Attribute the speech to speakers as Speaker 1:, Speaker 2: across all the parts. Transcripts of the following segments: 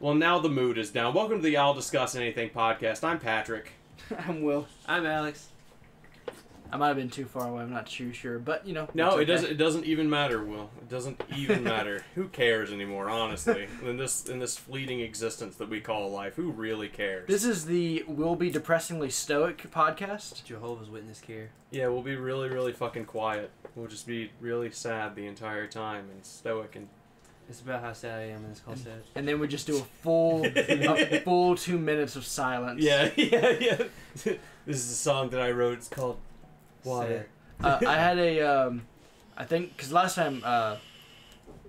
Speaker 1: Well, now the mood is down. Welcome to the I'll Discuss Anything podcast. I'm Patrick.
Speaker 2: I'm Will.
Speaker 3: I'm Alex.
Speaker 2: I might have been too far away. I'm not too sure, but you know.
Speaker 1: No, it
Speaker 2: it's okay.
Speaker 1: doesn't. It doesn't even matter, Will. It doesn't even matter. Who cares anymore? Honestly, in this in this fleeting existence that we call life, who really cares?
Speaker 2: This is the will be depressingly stoic podcast.
Speaker 3: Jehovah's Witness care.
Speaker 1: yeah, we'll be really, really fucking quiet. We'll just be really sad the entire time and stoic and
Speaker 3: It's about how sad I am, and it's called sad.
Speaker 2: And then we just do a full, a full two minutes of silence.
Speaker 1: yeah, yeah, yeah. this is a song that I wrote. It's called Water.
Speaker 2: uh, I had a, um, I think, because last time uh,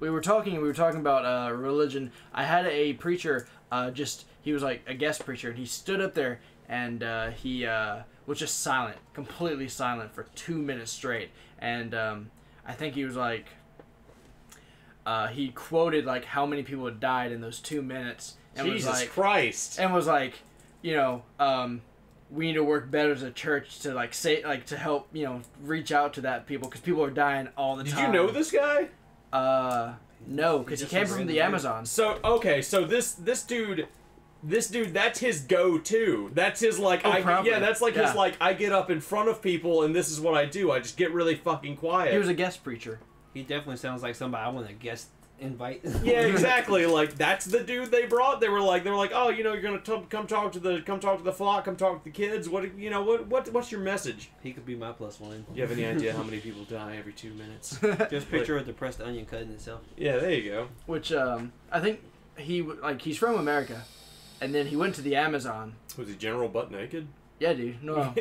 Speaker 2: we were talking, we were talking about uh, religion. I had a preacher, uh, just he was like a guest preacher, and he stood up there and uh, he uh, was just silent, completely silent for two minutes straight. And um, I think he was like, uh, he quoted like how many people had died in those two minutes, and
Speaker 1: Jesus
Speaker 2: was like,
Speaker 1: Christ.
Speaker 2: and was like, you know, um, we need to work better as a church to like say like to help you know reach out to that people because people are dying all the
Speaker 1: Did you
Speaker 2: time.
Speaker 1: know this guy?
Speaker 2: Uh, no, because he
Speaker 3: Just
Speaker 2: came
Speaker 3: a
Speaker 2: from
Speaker 3: random
Speaker 2: the
Speaker 3: dude.
Speaker 2: Amazon.
Speaker 1: So okay, so this this dude, this dude, that's his go-to. That's his like,
Speaker 2: Oh,
Speaker 1: I
Speaker 2: probably.
Speaker 1: yeah, that's like
Speaker 2: Yeah.
Speaker 1: his like, I get up in front of people and this is what I do. I just get really fucking quiet.
Speaker 2: He was a guest preacher.
Speaker 3: He definitely sounds like somebody I want to guest invite.
Speaker 1: yeah, exactly. Like that's the dude they brought. They were like, they were like, oh, you know, you're gonna t- come talk to the come talk to the flock, come talk to the kids. What you know, what what what's your message?
Speaker 3: he could be my plus one.
Speaker 1: Do you have any idea how many people die every two minutes?
Speaker 3: Just picture a depressed onion cutting itself.
Speaker 1: yeah, there you go.
Speaker 2: Which um, I think he w- like he's from America, and then he went to the Amazon.
Speaker 1: Was he General Butt Naked?
Speaker 2: Yeah, dude. No,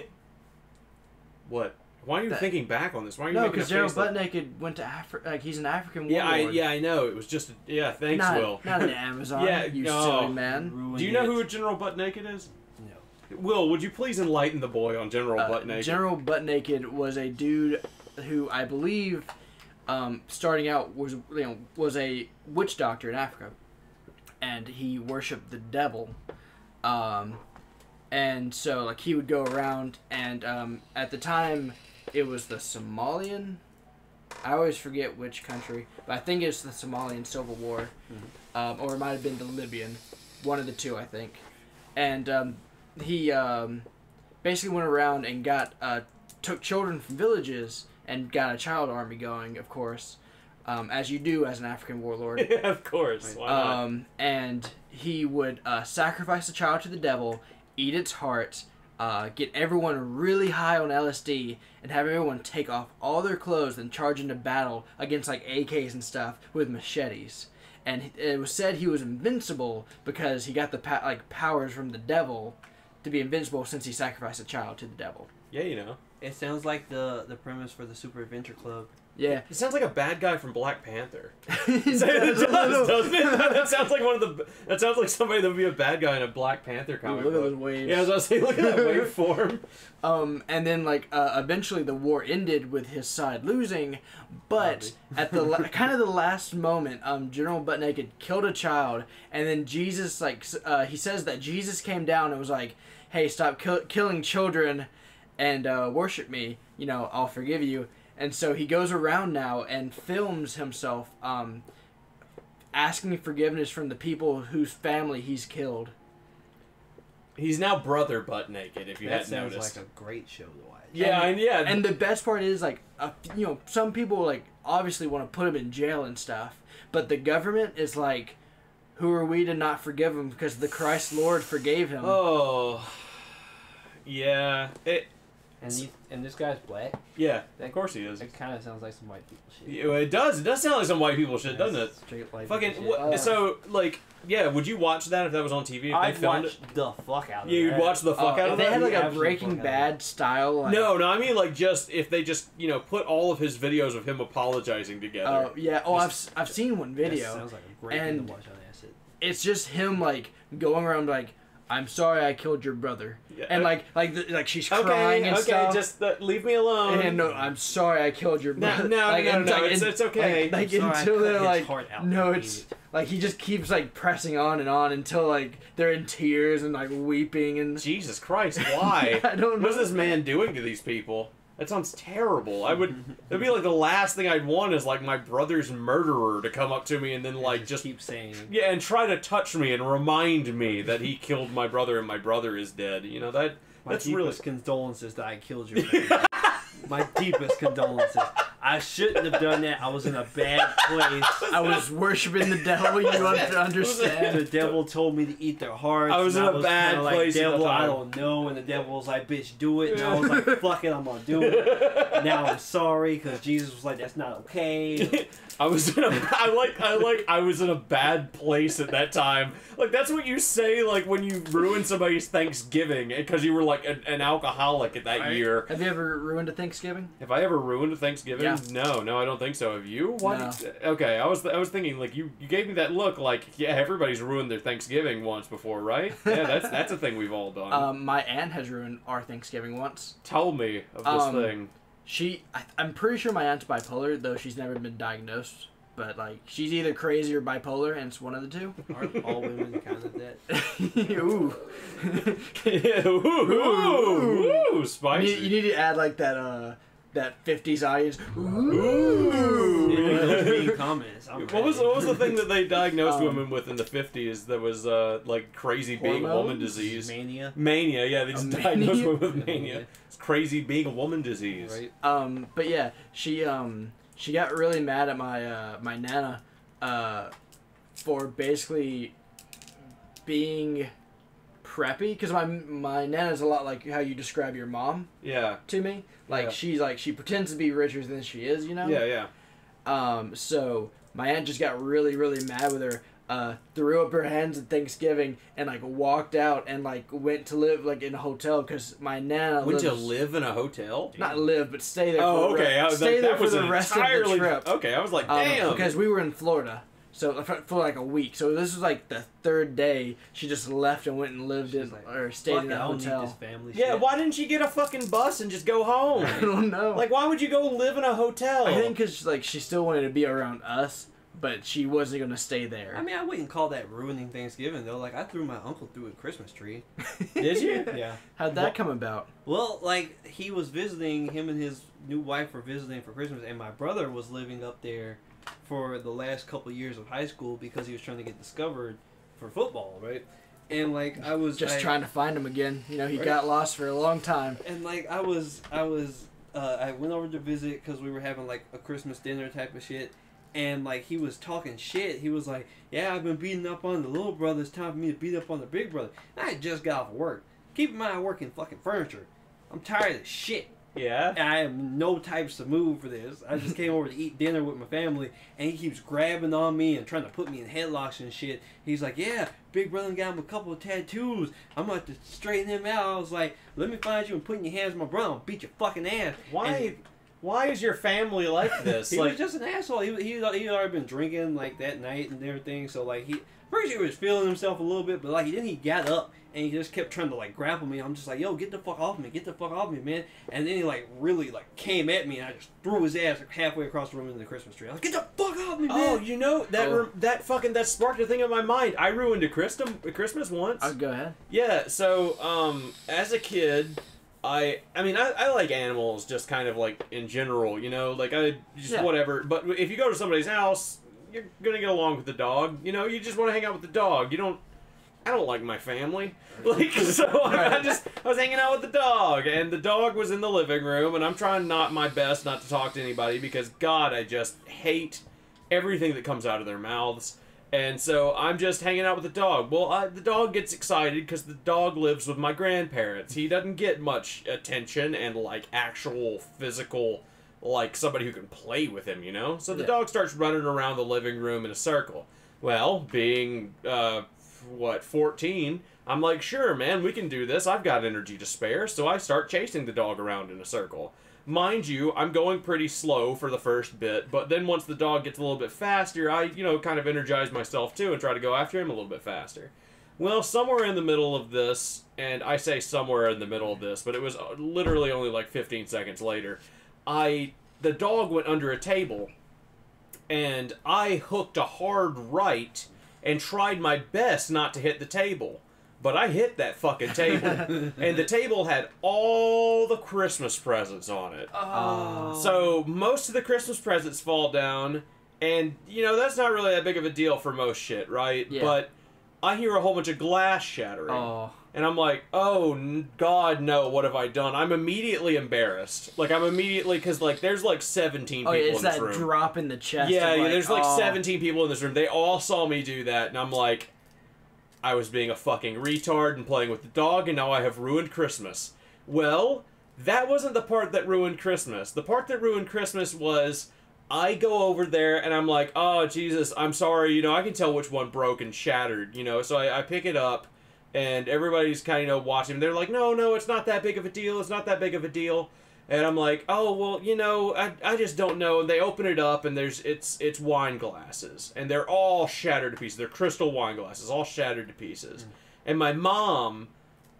Speaker 1: what? Why are you
Speaker 2: Oh. That-
Speaker 1: thinking back on this? Why are you
Speaker 2: no,
Speaker 1: making a
Speaker 2: because Gerald
Speaker 1: face like-
Speaker 2: Buttnaked went to Africa. Like he's an African
Speaker 1: Yeah, I,
Speaker 2: warlord.
Speaker 1: yeah, I know. It was just a, yeah. Thanks,
Speaker 2: not,
Speaker 1: Will.
Speaker 2: Not in the Amazon.
Speaker 1: Yeah,
Speaker 2: you
Speaker 1: no.
Speaker 2: silly man.
Speaker 3: Ruined
Speaker 1: Do you know
Speaker 3: it.
Speaker 1: who General Butt Naked is?
Speaker 3: No.
Speaker 1: Will, would you please enlighten the boy on General
Speaker 2: Uh,
Speaker 1: Butt Naked?
Speaker 2: General Butt Naked was a dude who I believe, um, starting out was you know was a witch doctor in Africa, and he worshipped the devil, um, and so like he would go around and um, at the time it was the Somalian. I always forget which country, but I think it's the Somalian Civil War, um, or it might have been the Libyan, one of the two, I think. And um, he um, basically went around and got uh, took children from villages and got a child army going, of course, um, as you do as an African warlord.
Speaker 1: yeah, of course.
Speaker 3: Right.
Speaker 1: Why not?
Speaker 2: um, and he would uh, sacrifice the child to the devil, eat its heart, uh, get everyone really high on LSD, and have everyone take off all their clothes and charge into battle against like AKs and stuff with machetes. And he- it was said he was invincible because he got the pa- like powers from the devil to be invincible since he sacrificed a child to the devil.
Speaker 1: yeah, you know.
Speaker 3: It sounds like the the premise for the Super Adventure Club.
Speaker 2: Yeah,
Speaker 1: It sounds like a bad guy from Black Panther.
Speaker 2: It
Speaker 1: it
Speaker 2: does,
Speaker 1: does,
Speaker 2: a little.
Speaker 1: doesn't it? That sounds like one of the. That sounds like somebody that would be a bad guy in a Black Panther
Speaker 2: Ooh,
Speaker 1: comic
Speaker 2: look at
Speaker 1: book.
Speaker 2: those waves.
Speaker 1: Yeah, I was gonna say, look at that waveform.
Speaker 2: Um, and then like uh, eventually the war ended with his side losing, but at the la- kind of the last moment, um, General Butt Naked killed a child, and then Jesus like s- uh, he says that Jesus came down and was like, "Hey, stop kill- killing children, and uh, worship me. You know, I'll forgive you." And so he goes around now and films himself um, asking forgiveness from the people whose family he's killed.
Speaker 1: He's now brother butt naked. If you
Speaker 3: that
Speaker 1: hadn't
Speaker 3: sounds
Speaker 1: noticed.
Speaker 3: like a great show to watch.
Speaker 1: yeah,
Speaker 2: and-
Speaker 1: and, yeah,
Speaker 2: and the best part is like a, you know some people like obviously want to put him in jail and stuff but the government is like who are we to not forgive him because the christ lord forgave him
Speaker 1: Oh. Yeah. It.
Speaker 3: And these, and this guy's black.
Speaker 1: Yeah.
Speaker 3: That-
Speaker 1: of course he is.
Speaker 3: It kind of sounds like some white people shit.
Speaker 1: Yeah, It does. It does sound like some white people shit, doesn't it?
Speaker 3: Straight white
Speaker 1: Fucking
Speaker 3: people
Speaker 1: what,
Speaker 3: shit.
Speaker 2: Uh,
Speaker 1: so like yeah, would you watch that if that was on TV? If they
Speaker 3: I'd
Speaker 1: filmed
Speaker 3: watch
Speaker 1: it?
Speaker 3: the fuck out of
Speaker 1: Yeah, you'd
Speaker 3: that.
Speaker 1: watch the fuck out
Speaker 2: Uh, if
Speaker 1: of
Speaker 2: they
Speaker 1: that.
Speaker 2: had like a
Speaker 3: Absolutely
Speaker 2: breaking
Speaker 3: fuck out of
Speaker 2: bad style like,
Speaker 1: no, no, I mean like just if they just you know put all of his videos of him apologizing together.
Speaker 2: oh yeah oh I've, s- I've seen one
Speaker 3: That
Speaker 2: video
Speaker 3: sounds like a great thing
Speaker 2: And-
Speaker 3: to watch on acid.
Speaker 2: it's just him like going around like i'm sorry i killed your brother
Speaker 1: Yeah. uh,
Speaker 2: and like like the, like she's
Speaker 1: okay,
Speaker 2: Oh, crying and
Speaker 1: okay,
Speaker 2: stuff
Speaker 1: just uh, leave me alone.
Speaker 2: and no, I'm sorry, I killed your
Speaker 1: Um, No,
Speaker 2: brother.
Speaker 1: no,
Speaker 2: like,
Speaker 1: no,
Speaker 2: and,
Speaker 1: no,
Speaker 2: like,
Speaker 1: it's-
Speaker 2: and-
Speaker 1: it's okay.
Speaker 2: Like, like,
Speaker 3: I'm sorry I
Speaker 2: until
Speaker 3: cut
Speaker 2: they're
Speaker 3: his
Speaker 2: like,
Speaker 3: heart out.
Speaker 2: no,
Speaker 3: I
Speaker 2: it's
Speaker 3: hate
Speaker 2: like he just keeps like pressing on and on until like they're in tears and like weeping and
Speaker 1: Jesus Christ, why?
Speaker 2: I don't know.
Speaker 1: What's this man doing to these people? That sounds terrible. I would. That'd be like the last thing I'd want is like my brother's murderer to come up to me and then like just
Speaker 3: keep saying.
Speaker 1: yeah, and try to touch me and remind me that he killed my brother and my brother is dead. You know that
Speaker 3: My
Speaker 1: that's really
Speaker 3: deepest condolences that I killed your family. My deepest condolences. I shouldn't have done that. I was in a bad place.
Speaker 2: I was worshiping the devil. You have to
Speaker 3: The
Speaker 2: understand.
Speaker 3: devil told me to eat their hearts.
Speaker 1: I was
Speaker 3: and
Speaker 1: in a bad
Speaker 3: kinda like,
Speaker 1: place at the
Speaker 3: Devil, I
Speaker 1: time."
Speaker 3: don't know. And the devil was like, "Bitch, do it." And I was like, "Fuck it, I'm gonna do it." Now I'm sorry because Jesus was like, "That's not okay."
Speaker 1: I was in a I like I like I was in a bad place at that time. Like that's what you say like when you ruin somebody's Thanksgiving because you were like an, an alcoholic at that
Speaker 2: Right.
Speaker 1: year.
Speaker 2: Have you ever ruined a Thanksgiving?
Speaker 1: Have I ever ruined a Thanksgiving?
Speaker 2: Yeah.
Speaker 1: No, no, I don't think so. Have you? Why?
Speaker 2: No.
Speaker 1: did- eh, Okay, I was I was thinking like you you gave me that look like yeah everybody's ruined their Thanksgiving once before right? Yeah, that's that's a thing we've all done.
Speaker 2: Um, my aunt has ruined our Thanksgiving once.
Speaker 1: Tell me of this
Speaker 2: um,
Speaker 1: thing.
Speaker 2: She, I, I'm pretty sure my aunt's bipolar, though she's never been diagnosed. But like, she's either crazy or bipolar, and it's one of the two.
Speaker 3: Aren't all women kind of that?
Speaker 2: Ooh.
Speaker 1: ooh, ooh, ooh,
Speaker 2: You
Speaker 1: spicy.
Speaker 2: need, you need to add like that uh that 50s audience.
Speaker 1: Ooh.
Speaker 3: Yeah, those
Speaker 2: Ooh.
Speaker 3: mean comments. I'm
Speaker 1: What was
Speaker 3: ready.
Speaker 1: what was the thing that they diagnosed
Speaker 2: Um,
Speaker 1: women with in the fifties that was uh, like crazy being a woman
Speaker 2: Hormones?
Speaker 1: disease?
Speaker 3: Mania,
Speaker 1: Mania, yeah, they
Speaker 2: A
Speaker 1: just
Speaker 2: mania?
Speaker 1: diagnosed women with
Speaker 3: Yeah.
Speaker 1: mania. It's crazy being a woman disease.
Speaker 3: right?
Speaker 2: Um, but yeah, she um she got really mad at my uh my nana, uh, for basically being preppy because my my nana's a lot like how you describe your mom
Speaker 1: Yeah,
Speaker 2: to me. Like
Speaker 1: Yeah.
Speaker 2: she's like she pretends to be richer than she is, you know.
Speaker 1: yeah, yeah.
Speaker 2: Um, so my aunt just got really, really mad with her. Uh, threw up her hands at Thanksgiving and like walked out and like went to live like in a hotel because my nana
Speaker 1: Wouldn't you
Speaker 2: lives-
Speaker 1: live in a hotel?
Speaker 2: not live but stay there.
Speaker 1: Oh,
Speaker 2: for the re-
Speaker 1: okay. I was
Speaker 2: stay
Speaker 1: like,
Speaker 2: there
Speaker 1: that
Speaker 2: for
Speaker 1: was
Speaker 2: the
Speaker 1: an
Speaker 2: rest
Speaker 1: entirely
Speaker 2: of the trip.
Speaker 1: okay. I was like,
Speaker 2: Um,
Speaker 1: damn.
Speaker 2: because we were in Florida, so uh, for, for like a week. So this was like the third day. She just left and went and lived
Speaker 3: She's
Speaker 2: in
Speaker 3: like,
Speaker 2: or stayed
Speaker 3: Fuck,
Speaker 2: in
Speaker 3: it,
Speaker 2: a
Speaker 3: I don't need this
Speaker 2: hotel.
Speaker 3: family.
Speaker 1: yeah,
Speaker 3: shit.
Speaker 1: why didn't you get a fucking bus and just go home?
Speaker 2: I don't know.
Speaker 1: like, oh. why would you go live in a hotel?
Speaker 2: I think because like she still wanted to be around us, but she wasn't gonna stay there.
Speaker 3: I mean, I wouldn't call that ruining Thanksgiving though. Like, I threw my uncle through a Christmas tree.
Speaker 1: Did you?
Speaker 3: Yeah.
Speaker 2: How'd that come about?
Speaker 3: Well, like he was visiting, him and his new wife were visiting for Christmas, and my brother was living up there for the last couple years of high school because he was trying to get discovered for football, right? And like I was
Speaker 2: Just
Speaker 3: like-
Speaker 2: trying to find him again. You know, he
Speaker 3: Right.
Speaker 2: got lost for a long time.
Speaker 3: and like I was, I was, uh, I went over to visit because we were having like a Christmas dinner type of shit, and like he was talking shit. He was like, "Yeah, I've been beating up on the little brother. It's time for me to beat up on the big brother." And I just got off of work. Keep in mind, I work in fucking furniture. I'm tired of shit.
Speaker 1: Yeah.
Speaker 3: I am no types to move for this. I just came over to eat dinner with my family, and he keeps grabbing on me and trying to put me in headlocks and shit. He's like, "Yeah, big brother got him a couple of tattoos. I'm about to straighten him out." I was like, "Let me find you and put in your hands, my brother. I'll beat your fucking ass."
Speaker 1: Why?
Speaker 3: And
Speaker 1: Why is your family like this?
Speaker 3: he
Speaker 1: like,
Speaker 3: was just an asshole. He he he'd already been drinking like that night and everything. So like he first he was feeling himself a little bit, but like then he got up and he just kept trying to like grapple me. I'm just like, yo, get the fuck off me, get the fuck off me, man. And then he like really like came at me and I just threw his ass halfway across the room into the Christmas tree. I was like, get the fuck off me,
Speaker 1: Oh,
Speaker 3: man.
Speaker 1: you know that
Speaker 2: Oh.
Speaker 1: rem- that fucking that sparked a thing in my mind. I ruined a Christum- Christmas once.
Speaker 2: I'll Oh, go ahead.
Speaker 1: Yeah, so um, as a kid, I I mean I, I like animals just kind of like in general, you know, like I just
Speaker 2: Yeah.
Speaker 1: whatever. But if you go to somebody's house, you're gonna get along with the dog. You know, you just want to hang out with the dog. You don't. I don't like my family, like so. I, I just I was hanging out with the dog, and the dog was in the living room, and I'm trying not my best not to talk to anybody because God, I just hate everything that comes out of their mouths. And so I'm just hanging out with the dog. Well, I, the dog gets excited because the dog lives with my grandparents. He doesn't get much attention and like actual physical, like somebody who can play with him, you know. So the
Speaker 2: Yeah.
Speaker 1: dog starts running around the living room in a circle. Well, being uh, what 14, I'm like, sure, man, we can do this. I've got energy to spare, so I start chasing the dog around in a circle. Mind you, I'm going pretty slow for the first bit, but then once the dog gets a little bit faster, I, you know, kind of energize myself too and try to go after him a little bit faster. Well, somewhere in the middle of this, and I say somewhere in the middle of this, but it was uh, literally only like 15 seconds later, I the dog went under a table and I hooked a hard right and tried my best not to hit the table. but I hit that fucking table. and the table had all the Christmas presents on it.
Speaker 3: Oh.
Speaker 1: So most of the Christmas presents fall down, and you know that's not really that big of a deal for most shit, right?
Speaker 2: Yeah.
Speaker 1: But I hear a whole bunch of glass shattering,
Speaker 2: Oh.
Speaker 1: and I'm like, oh n- God, no! What have I done? I'm immediately embarrassed. Like I'm immediately because like there's like 17
Speaker 2: Oh,
Speaker 1: people
Speaker 2: yeah, it's
Speaker 1: in this
Speaker 2: that
Speaker 1: room.
Speaker 2: drop in the chest.
Speaker 1: yeah,
Speaker 2: of
Speaker 1: yeah, there's like
Speaker 2: oh.
Speaker 1: 17 people in this room. They all saw me do that, and I'm like, I was being a fucking retard and playing with the dog, and now I have ruined Christmas. Well, that wasn't the part that ruined Christmas. The part that ruined Christmas was I go over there and I'm like, oh, Jesus, I'm sorry. You know, I can tell which one broke and shattered, you know, so I, I pick it up. And everybody's kind of watching. They're like, no, no, it's not that big of a deal. It's not that big of a deal. And I'm like, oh well, you know, I, I just don't know. And they open it up, and there's it's it's wine glasses, and they're all shattered to pieces. They're crystal wine glasses, all shattered to pieces. And my mom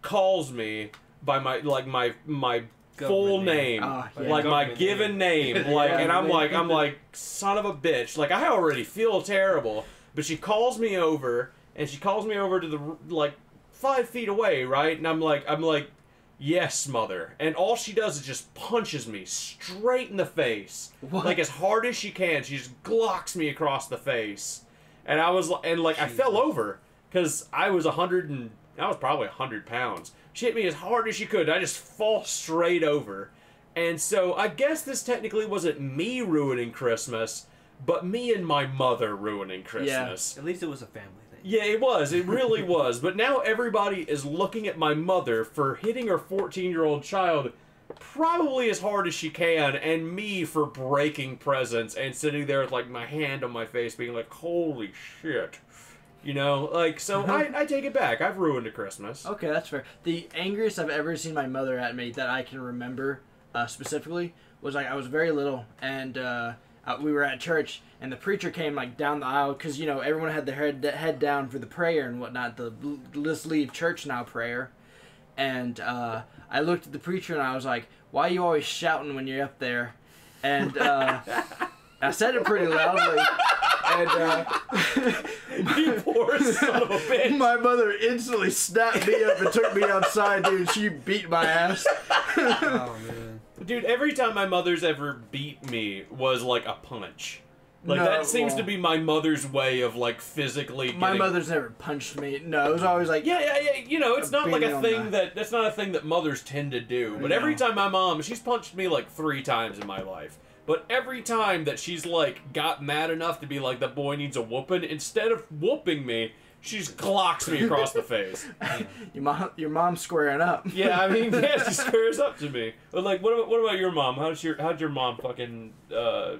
Speaker 1: calls me by my like my my full
Speaker 3: Government
Speaker 1: name,
Speaker 3: name.
Speaker 2: Ah, yeah.
Speaker 1: like my
Speaker 3: Government
Speaker 1: given name, like,
Speaker 2: Yeah.
Speaker 1: and I'm like I'm
Speaker 3: Yeah.
Speaker 1: like son of a bitch. Like I already feel terrible, but she calls me over, and she calls me over to the r- like five feet away, right? And I'm like I'm like Yes, mother. And all she does is just punches me straight in the face.
Speaker 2: What?
Speaker 1: Like as hard as she can. She just glocks me across the face. And I was li- and like I fell over cuz I was a 100 and I was probably a 100 pounds. She hit me as hard as she could. I just fall straight over. And so I guess this technically wasn't me ruining Christmas, but me and my mother ruining Christmas.
Speaker 3: At least it was a family thing.
Speaker 1: Yeah, it was. It really was. But now everybody is looking at my mother for hitting her 14 year old child probably as hard as she can, and me for breaking presents and sitting there with like my hand on my face being like, holy shit. You know, like, so
Speaker 2: Uh-huh.
Speaker 1: I, I take it back. I've ruined a Christmas.
Speaker 2: Okay, that's fair. The angriest I've ever seen my mother at me that I can remember uh, specifically was like I was very little and uh, uh, we were at church and the preacher came like down the aisle because you know everyone had their head head down for the prayer and whatnot the l- let's leave church now prayer and uh, I looked at the preacher and I was like why are you always shouting when you're up there and uh, I said it pretty loudly and. Uh,
Speaker 1: you poor son of a bitch.
Speaker 2: My mother instantly snapped me up and took me outside, dude. She beat my ass.
Speaker 3: Oh man.
Speaker 1: Dude, every time my mother's ever beat me was like a punch. Like,
Speaker 2: No,
Speaker 1: that seems
Speaker 2: well-
Speaker 1: to be my mother's way of like physically getting
Speaker 2: My mother's never punched me. No, it was always like,
Speaker 1: Yeah, yeah, yeah. You know, it's not like
Speaker 2: beating
Speaker 1: a
Speaker 2: on
Speaker 1: thing
Speaker 2: the-
Speaker 1: that that's not a thing that mothers tend to do. But every
Speaker 2: No.
Speaker 1: time my mom, she's punched me like three times in my life. But every time that she's like got mad enough to be like the boy needs a whooping, instead of whooping me, she's glocks me across the face.
Speaker 2: your mom, your mom's squaring up.
Speaker 1: Yeah, I mean, yeah, she squares up to me. But like, what about what about your mom? How's your how'd your mom fucking uh,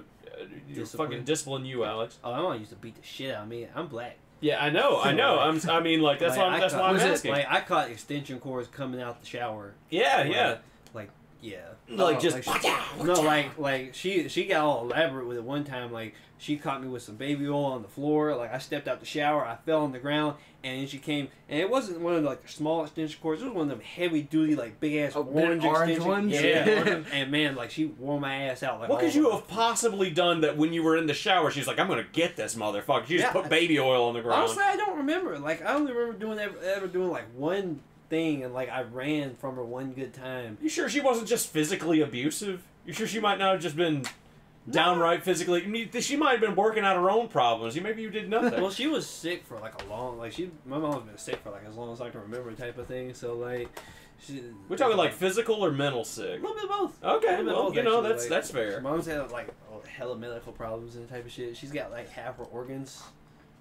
Speaker 3: Discipline.
Speaker 1: fucking discipline you, Alex?
Speaker 3: Oh, my mom used to beat the shit out of me. I'm black.
Speaker 1: Yeah, I know, I know. I'm I mean, like that's
Speaker 3: Like,
Speaker 1: why I'm,
Speaker 3: I
Speaker 1: that's why
Speaker 3: caught-
Speaker 1: I'm
Speaker 2: Was it,
Speaker 1: asking.
Speaker 3: Like I caught extension cords coming out the shower.
Speaker 1: yeah,
Speaker 3: Like,
Speaker 1: yeah.
Speaker 3: Like yeah.
Speaker 1: Like
Speaker 3: Oh,
Speaker 1: just
Speaker 3: she- no, like like she she got all elaborate with it one time. Like she caught me with some baby oil on the floor. Like I stepped out the shower, I fell on the ground, and then she came. And it wasn't one of like the small extension cords. It was one of them heavy duty, like big ass
Speaker 2: Oh, big
Speaker 3: orange,
Speaker 2: orange
Speaker 3: extension.
Speaker 2: ones?
Speaker 3: Yeah.
Speaker 2: Yeah.
Speaker 3: orange- and man, like she wore my ass out. Like
Speaker 1: What
Speaker 3: all
Speaker 1: could you
Speaker 3: over.
Speaker 1: have possibly done that when you were in the shower? She's like, I'm gonna get this motherfucker. She just
Speaker 3: Yeah.
Speaker 1: put baby oil on the ground.
Speaker 3: Honestly, I don't remember. Like I only remember doing ever, ever doing like one thing, and like I ran from her one good time.
Speaker 1: you sure she wasn't just physically abusive? You sure she might not have just been downright physically? I mean, she might have been working out her own problems. You maybe you did
Speaker 3: Well,
Speaker 1: nothing.
Speaker 3: she was sick for like a long, like she, my mom's been sick for like as long as I can remember, type of thing. So like, she.
Speaker 1: We're talking like physical or mental sick.
Speaker 3: a little bit of both. A
Speaker 1: Okay,
Speaker 3: little bit of
Speaker 1: well
Speaker 3: both,
Speaker 1: you know
Speaker 3: actually,
Speaker 1: that's
Speaker 3: like,
Speaker 1: that's
Speaker 3: Her
Speaker 1: fair.
Speaker 3: mom's had like a hella medical problems and type of shit. She's got like half her organs.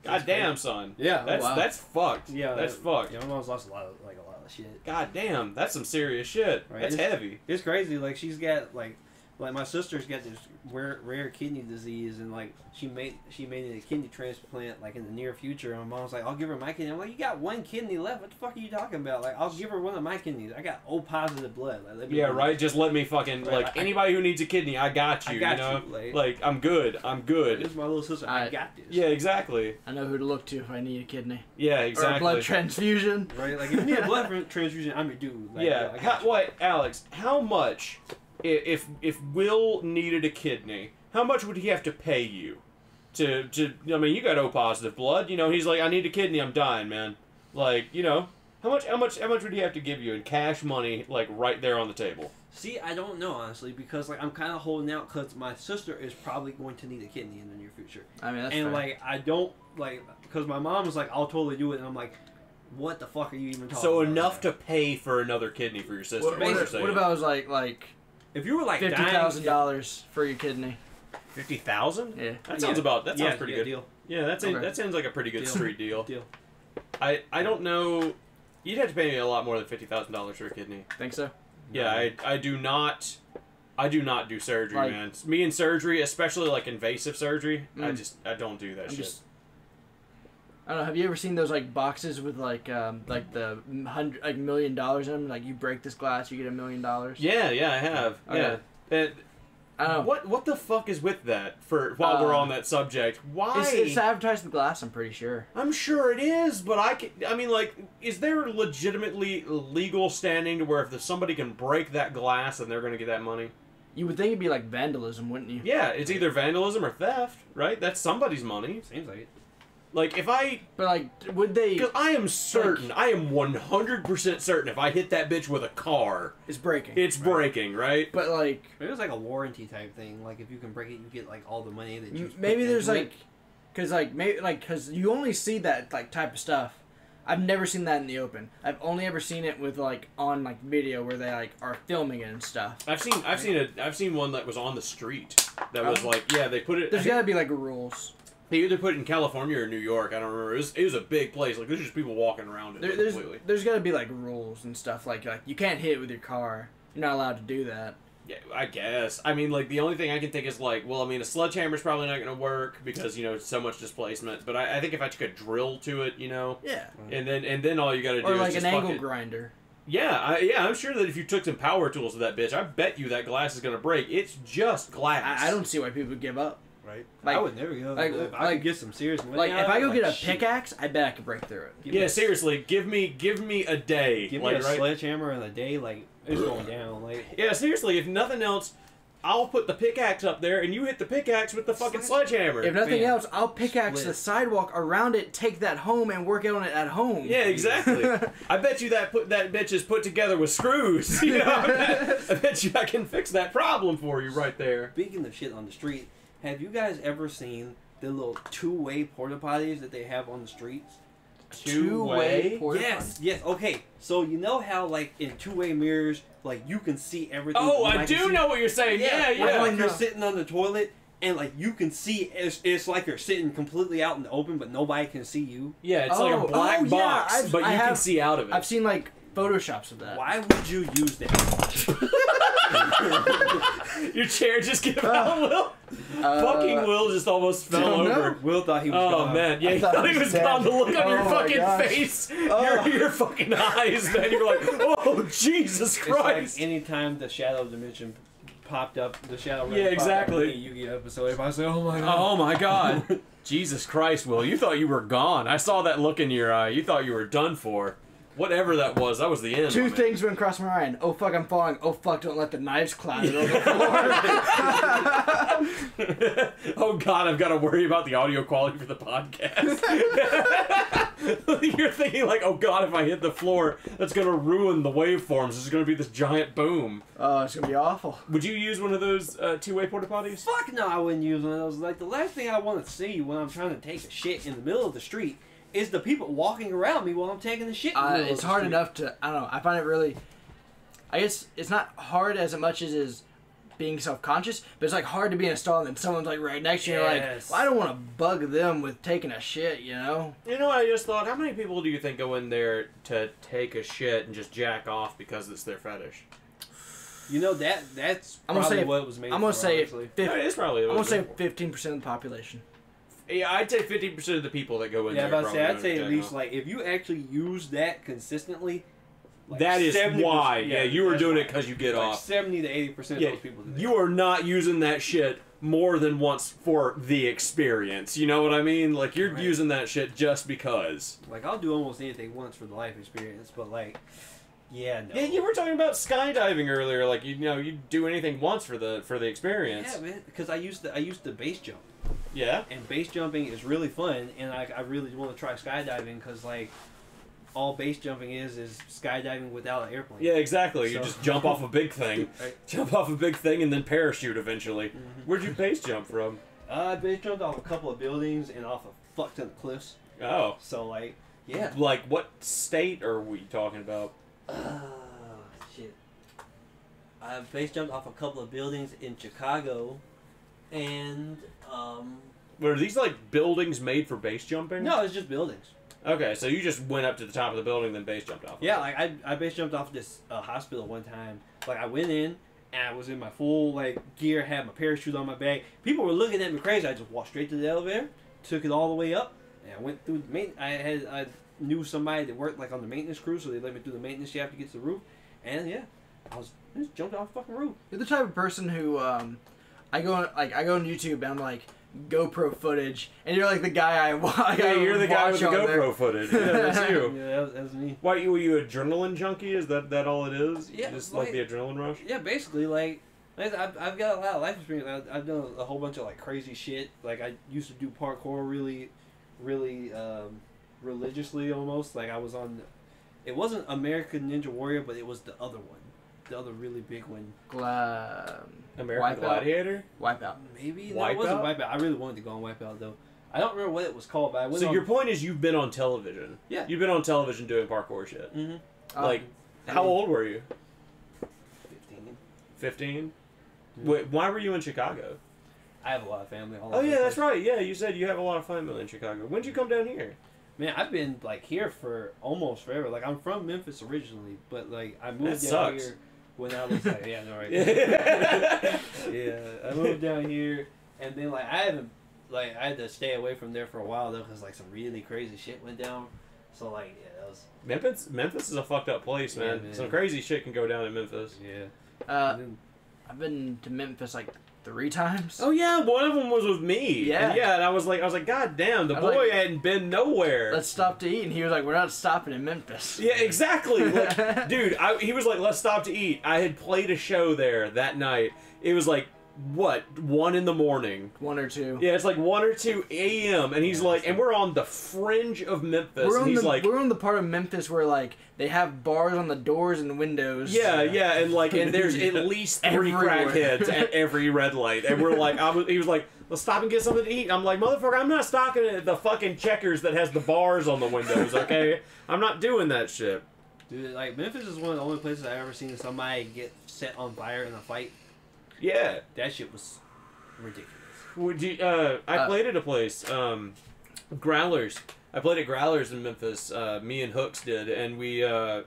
Speaker 1: God damn, son.
Speaker 3: Yeah. oh,
Speaker 1: That's
Speaker 2: wow.
Speaker 1: that's fucked.
Speaker 3: yeah.
Speaker 1: that's
Speaker 3: that-
Speaker 1: fucked.
Speaker 3: Yeah, my mom's lost a lot of like a lot of shit.
Speaker 1: God damn, that's some serious shit.
Speaker 3: Right,
Speaker 1: That's
Speaker 3: it's-
Speaker 1: heavy.
Speaker 3: It's crazy. Like she's got like, like my sister's got this rare, rare kidney disease, and like she made she made it a kidney transplant like in the near future. And my mom's like, I'll give her my kidney. I'm like, you got one kidney left. What the fuck are you talking about? Like, I'll give her one of my kidneys. I got O positive blood. Like, let me
Speaker 1: Yeah, right. Just let me fucking
Speaker 3: Right,
Speaker 1: like
Speaker 3: I-
Speaker 1: anybody who needs a kidney, I got
Speaker 3: I
Speaker 1: you.
Speaker 3: got
Speaker 1: you know,
Speaker 3: you, like-
Speaker 1: like I'm good. I'm good.
Speaker 3: This is my little sister. I,
Speaker 2: I-
Speaker 3: got this.
Speaker 1: Yeah, exactly.
Speaker 2: I know who to look to if I need a kidney
Speaker 1: Yeah,
Speaker 2: or
Speaker 1: exactly.
Speaker 2: a blood transfusion.
Speaker 3: Right. Like, if you need a blood transfusion, I'm your dude. Like,
Speaker 1: yeah.
Speaker 3: I got
Speaker 1: How,
Speaker 3: you.
Speaker 1: what, Alex? How much, i- if if Will needed a kidney, how much would he have to pay you? To to I mean, you got O positive blood. You know, he's like, I need a kidney. I'm dying, man. Like, you know, How much? How much? How much would he have to give you in cash money, like right there on the table?
Speaker 3: See, I don't know honestly because like I'm kind of holding out because my sister is probably going to need a kidney in the near future,
Speaker 2: I mean, that's
Speaker 3: and
Speaker 2: fair.
Speaker 3: like I don't like because my mom was like, "I'll totally do it," and I'm like, "What the fuck are you even talking?"
Speaker 1: So
Speaker 3: about
Speaker 1: enough
Speaker 3: right
Speaker 1: to pay for another kidney for your sister.
Speaker 2: Oh,
Speaker 1: is
Speaker 2: what, what,
Speaker 1: you're
Speaker 2: if-
Speaker 3: basically-
Speaker 1: saying.
Speaker 2: what about it was like like
Speaker 3: now." If you were like
Speaker 2: fifty
Speaker 3: dying-
Speaker 2: thousand dollars for your kidney?
Speaker 1: fifty thousand?
Speaker 2: Yeah.
Speaker 1: That sounds
Speaker 3: Yeah.
Speaker 1: about. That sounds
Speaker 3: yeah,
Speaker 1: pretty
Speaker 3: yeah,
Speaker 1: good.
Speaker 3: Deal.
Speaker 1: Yeah, that's
Speaker 2: Okay.
Speaker 1: that sounds like a pretty good
Speaker 3: Deal.
Speaker 1: street deal.
Speaker 3: Deal.
Speaker 1: I I don't know. You'd have to pay me a lot more than fifty thousand dollars for a kidney.
Speaker 2: Think so?
Speaker 1: Yeah, I I do not. I do not do surgery,
Speaker 2: Like-
Speaker 1: man. Me and surgery, especially like invasive surgery, I
Speaker 2: Mm.
Speaker 1: just I don't do that
Speaker 2: I'm
Speaker 1: shit.
Speaker 2: just. I don't know. Have you ever seen those like boxes with like um like the hundred like million dollars in them? Like you break this glass, you get a million dollars.
Speaker 1: Yeah, yeah, I have.
Speaker 2: Okay.
Speaker 1: Yeah. And
Speaker 2: I don't know.
Speaker 1: What what the fuck is with that? For while we're
Speaker 2: Oh. Uh,
Speaker 1: on that subject, why?
Speaker 2: It's, it's advertised in the glass. I'm pretty sure.
Speaker 1: I'm sure it is, but I can, I mean, like, is there legitimately legal standing to where if somebody can break that glass and they're going to get that money?
Speaker 2: You would think it'd be like vandalism, wouldn't you?
Speaker 1: Yeah, it's either vandalism or theft, right? That's somebody's money.
Speaker 3: Seems like it.
Speaker 1: Like if I,
Speaker 2: But like, would they?
Speaker 1: because I am certain, I am 100% certain if I hit that bitch with a car,
Speaker 2: It's breaking.
Speaker 1: it's breaking, right?
Speaker 2: but like,
Speaker 3: Maybe it's like a warranty type thing. Like if you can break it, you get like all the money that you.
Speaker 2: m- maybe
Speaker 3: put
Speaker 2: there's
Speaker 3: into
Speaker 2: like, cause like maybe like cause you only see that like type of stuff. I've never seen that in the open. I've only ever seen it with like on like video where they like are filming it and stuff.
Speaker 1: I've seen, I've seen a, I've seen one that was on the street that was
Speaker 2: Oh.
Speaker 1: like, yeah, they put it.
Speaker 2: There's gotta be like rules.
Speaker 1: They either put it in California or New York. I don't remember. It was, it was a big place. Like there's just people walking around it
Speaker 2: There, there's
Speaker 1: completely.
Speaker 2: there's gotta be like rules and stuff like like you can't hit it with your car. You're not allowed to do that.
Speaker 1: Yeah, I guess. I mean, like the only thing I can think is like, well, I mean, a sledgehammer's probably not going to work because you know it's so much displacement. But I, I think if I took a drill to it, you know,
Speaker 2: Yeah.
Speaker 1: and then and then all you got to do
Speaker 2: Or
Speaker 1: is
Speaker 2: like
Speaker 1: just
Speaker 2: an
Speaker 1: fuck
Speaker 2: angle
Speaker 1: it.
Speaker 2: grinder.
Speaker 1: Yeah, I, yeah, I'm sure that if you took some power tools to that bitch, I bet you that glass is going to break. It's just glass.
Speaker 2: I, I don't see why people give up.
Speaker 3: it, Right.
Speaker 2: like-
Speaker 3: I would never go.
Speaker 2: like-
Speaker 3: Like, if I
Speaker 2: like-
Speaker 3: could get some serious money.
Speaker 2: Like
Speaker 3: out
Speaker 2: if
Speaker 3: of it,
Speaker 2: I go
Speaker 3: like,
Speaker 2: get a
Speaker 3: shit,
Speaker 2: pickaxe, I bet I could break through it.
Speaker 3: give me
Speaker 1: Yeah,
Speaker 3: a-
Speaker 1: seriously, give me give me a day.
Speaker 3: Give
Speaker 1: like,
Speaker 3: me a
Speaker 1: right?
Speaker 3: sledgehammer in a day. Like it's going down. Like
Speaker 1: Yeah, seriously, if nothing else, I'll put the pickaxe up there and you hit the pickaxe with the fucking
Speaker 3: Sledge-
Speaker 1: sledgehammer.
Speaker 2: If nothing
Speaker 3: Bam.
Speaker 2: else, I'll pickaxe
Speaker 3: Split.
Speaker 2: the sidewalk around it, take that home, and work on it at home.
Speaker 1: yeah, exactly. I bet you that put that bitch is put together with screws. You know, I bet- I bet you I can fix that problem for you right there.
Speaker 3: Speaking of shit on the street, have you guys ever seen the little two-way porta potties that they have on the streets?
Speaker 2: Two-way porta
Speaker 3: Yes, yes. Okay, so you know how like in two-way mirrors, like you can see everything.
Speaker 1: Oh, I
Speaker 3: but nobody can
Speaker 1: do
Speaker 3: see-
Speaker 1: know what you're saying. Yeah,
Speaker 3: Like,
Speaker 1: yeah.
Speaker 3: Like you're sitting on the toilet and like you can see it's, it's like you're sitting completely out in the open, but nobody can see you.
Speaker 1: Yeah, it's like
Speaker 2: Oh,
Speaker 1: a black
Speaker 2: oh, yeah,
Speaker 1: box,
Speaker 2: I've-
Speaker 1: but you
Speaker 2: I
Speaker 1: can
Speaker 2: have-
Speaker 1: see out of it.
Speaker 2: I've seen like photoshops of that.
Speaker 3: Why would you use that?
Speaker 1: Your chair just gave out, Will.
Speaker 2: Uh,
Speaker 1: fucking Will just almost fell
Speaker 2: don't know.
Speaker 1: over.
Speaker 3: Will thought he was.
Speaker 1: Oh
Speaker 3: gone.
Speaker 1: man, yeah,
Speaker 2: I
Speaker 1: he
Speaker 2: thought
Speaker 1: thought
Speaker 2: it
Speaker 1: he
Speaker 2: was
Speaker 1: was
Speaker 2: dead.
Speaker 1: gone. The look on
Speaker 2: Oh,
Speaker 1: your
Speaker 2: my
Speaker 1: fucking
Speaker 2: gosh.
Speaker 1: face,
Speaker 2: Oh.
Speaker 1: your, your fucking eyes, man. You're like, oh Jesus
Speaker 3: It's like
Speaker 1: Christ.
Speaker 3: anytime the shadow dimension popped up, the shadow. realm
Speaker 1: Yeah,
Speaker 3: popped up
Speaker 1: exactly.
Speaker 3: in the Yu-Gi-Oh episode. Everybody's like, "Oh
Speaker 2: uh,
Speaker 3: my god!"
Speaker 1: oh my God, Jesus Christ, Will. You thought you were gone. I saw that look in your eye. You thought you were done for. Whatever that was, that was the end.
Speaker 2: Two
Speaker 1: my man.
Speaker 2: things went across my mind. Oh fuck, I'm falling. Oh fuck, don't let the knives clatter on the floor.
Speaker 1: oh God, I've got to worry about the audio quality for the podcast. You're thinking like, oh God, if I hit the floor, that's gonna ruin the waveforms. There's gonna be this giant boom.
Speaker 2: oh, it's gonna be awful.
Speaker 1: Would you use one of those uh, two-way porta potties?
Speaker 3: Fuck no, I wouldn't use one of those. Like the last thing I want to see when I'm trying to take a shit in the middle of the street is the people walking around me while I'm taking the shit. In the
Speaker 2: Uh,
Speaker 3: middle
Speaker 2: it's
Speaker 3: of the
Speaker 2: hard
Speaker 3: street.
Speaker 2: enough to. I don't know. I find it really. I guess it's not hard as much as is being self conscious, but it's like hard to be in a stall and then someone's like right next to you. and You're like,
Speaker 3: Yes.
Speaker 2: well, I don't want to bug them with taking a shit, you know?
Speaker 1: You know, what I just thought, how many people do you think go in there to take a shit and just jack off because it's their fetish?
Speaker 3: You know that that's
Speaker 2: I'm gonna
Speaker 3: probably
Speaker 2: say-
Speaker 3: what it was made.
Speaker 2: I'm gonna
Speaker 3: for,
Speaker 2: say,
Speaker 3: honestly.
Speaker 2: 50,
Speaker 1: I mean, it's probably.
Speaker 2: I'm gonna say 15 percent of the population.
Speaker 1: yeah, I'd say fifty percent of the people that go in
Speaker 3: Yeah,
Speaker 1: there.
Speaker 3: about to
Speaker 1: probably
Speaker 3: say,
Speaker 1: go
Speaker 3: I'd say
Speaker 1: jack
Speaker 3: at least
Speaker 1: off.
Speaker 3: like if you actually use that consistently, like
Speaker 1: that is
Speaker 3: 70%
Speaker 1: why. Yeah, you were
Speaker 3: that's
Speaker 1: doing
Speaker 3: why.
Speaker 1: it because you get
Speaker 3: like
Speaker 1: off.
Speaker 3: Seventy to eighty percent
Speaker 1: Yeah,
Speaker 3: of those people. Do that.
Speaker 1: you are not using that shit more than once for the experience. You know what I mean? Like you're
Speaker 3: Right.
Speaker 1: using that shit just because.
Speaker 3: like I'll do almost anything once for the life experience, but like, yeah, no.
Speaker 1: Yeah, you were talking about skydiving earlier. Like you know, you do anything once for the for the experience.
Speaker 3: Yeah, man, because I used to I used to base jump.
Speaker 1: Yeah.
Speaker 3: and base jumping is really fun and i, I really want to try skydiving because like all base jumping is is skydiving without an airplane.
Speaker 1: Yeah, exactly. You
Speaker 3: So-
Speaker 1: just jump off a big thing,
Speaker 3: Right.
Speaker 1: jump off a big thing, and then parachute eventually.
Speaker 3: Mm-hmm.
Speaker 1: Where'd you base jump from?
Speaker 3: Uh, I base jumped off a couple of buildings and off a fuck ton of cliffs.
Speaker 1: Oh,
Speaker 3: So like, yeah.
Speaker 1: Like what state are we talking about?
Speaker 3: Uh, shit. I base jumped off a couple of buildings in Chicago, and um.
Speaker 1: Were these like buildings made for base jumping?
Speaker 3: No, it's just buildings.
Speaker 1: Okay, so you just went up to the top of the building, then base jumped off. of
Speaker 3: Yeah,
Speaker 1: it.
Speaker 3: like I, I base jumped off this uh, hospital one time. Like I went in and I was in my full like gear, had my parachute on my back. People were looking at me crazy. I just walked straight to the elevator, took it all the way up, and I went through the main. I had I knew somebody that worked like on the maintenance crew, so they let me through the maintenance shaft to get to the roof. And yeah, I was I just jumped off the fucking roof.
Speaker 2: You're the type of person who, um, I go on, like I go on YouTube and I'm like GoPro footage, and you're like the guy I watch.
Speaker 1: Yeah, you're the guy with the
Speaker 2: on
Speaker 1: GoPro
Speaker 2: there.
Speaker 1: footage. Yeah, that's you.
Speaker 3: Yeah, that was, that was me.
Speaker 1: Why you were you an adrenaline junkie? Is that that all it is?
Speaker 3: Yeah,
Speaker 1: just like,
Speaker 3: like-
Speaker 1: the adrenaline rush.
Speaker 3: Yeah, basically, like, like, I've, I've got a lot of life experience. I've, I've done a whole bunch of, like, crazy shit. Like, I used to do parkour really, really um, religiously almost. Like, I was on. It wasn't American Ninja Warrior, but it was the other one. The other really big one.
Speaker 2: Gla-
Speaker 1: American
Speaker 2: Wipeout.
Speaker 1: Gladiator.
Speaker 2: Wipeout.
Speaker 3: Maybe no, it wasn't
Speaker 1: Wipeout?
Speaker 3: Wipeout. I really wanted to go on Wipeout, though. I don't remember what it was called, but I went
Speaker 1: So
Speaker 3: on.
Speaker 1: your point is you've been on television.
Speaker 3: Yeah.
Speaker 1: You've been on television doing parkour shit.
Speaker 3: Mhm.
Speaker 2: Um,
Speaker 1: like,
Speaker 2: I
Speaker 1: how
Speaker 2: mean-
Speaker 1: old were you?
Speaker 3: 15.
Speaker 1: 15
Speaker 3: Yeah.
Speaker 1: Wait, why were you in Chicago?
Speaker 3: I have Hmm. a lot of family. All
Speaker 1: Oh
Speaker 3: over
Speaker 1: yeah,
Speaker 3: the
Speaker 1: that's
Speaker 3: place.
Speaker 1: right. Yeah, you said you have a lot of family in Chicago. When'd you come down here?
Speaker 3: Man, I've been like here for almost forever. Like I'm from Memphis originally, but like I
Speaker 1: That
Speaker 3: moved down
Speaker 1: sucks.
Speaker 3: here when I was like, yeah, I know, right?
Speaker 1: yeah.
Speaker 3: yeah, I moved down here, and then like I haven't like I had to stay away from there for a while though, because like some really crazy shit went down. So like yeah, that was
Speaker 1: Memphis, Memphis is a fucked up place, man.
Speaker 3: Yeah, man.
Speaker 1: Some crazy shit can go down in Memphis.
Speaker 3: yeah.
Speaker 2: Uh,
Speaker 3: And then-
Speaker 2: I've been to Memphis like three times.
Speaker 1: Oh yeah, one of them was with me.
Speaker 2: Yeah.
Speaker 1: and yeah. And I was like, I was like, God damn, the
Speaker 2: I'm
Speaker 1: boy
Speaker 2: like-
Speaker 1: hadn't been nowhere.
Speaker 2: Let's stop to eat, and he was like, "We're not stopping in Memphis."
Speaker 1: yeah, exactly. Like, dude, I, he was like, let's stop to eat. I had played a show there that night. It was like what one in the morning.
Speaker 2: One or two.
Speaker 1: Yeah, it's like one or two a.m. and he's
Speaker 3: Yeah,
Speaker 1: like,
Speaker 3: that's
Speaker 1: and we're on the fringe of Memphis.
Speaker 2: We're
Speaker 1: and
Speaker 2: on
Speaker 1: he's
Speaker 2: the
Speaker 1: like,
Speaker 2: we're on the part of Memphis where like they have bars on the doors and windows.
Speaker 1: Yeah, yeah, and like, and there's at
Speaker 2: Yeah.
Speaker 1: least three
Speaker 2: Everywhere.
Speaker 1: crackheads at every red light, and we're like, I was, he was like, let's stop and get something to eat. I'm like, motherfucker, I'm not stopping at the fucking checkers that has the bars on the windows, okay? I'm not doing that shit.
Speaker 3: dude, like Memphis is one of the only places I've ever seen somebody get set on fire in a fight.
Speaker 1: Yeah,
Speaker 3: That shit was ridiculous.
Speaker 1: would you? Uh, I
Speaker 2: Uh,
Speaker 1: played at a place, um, Growlers. I played at Growlers in Memphis. Uh, me and Hooks did, and we. Uh,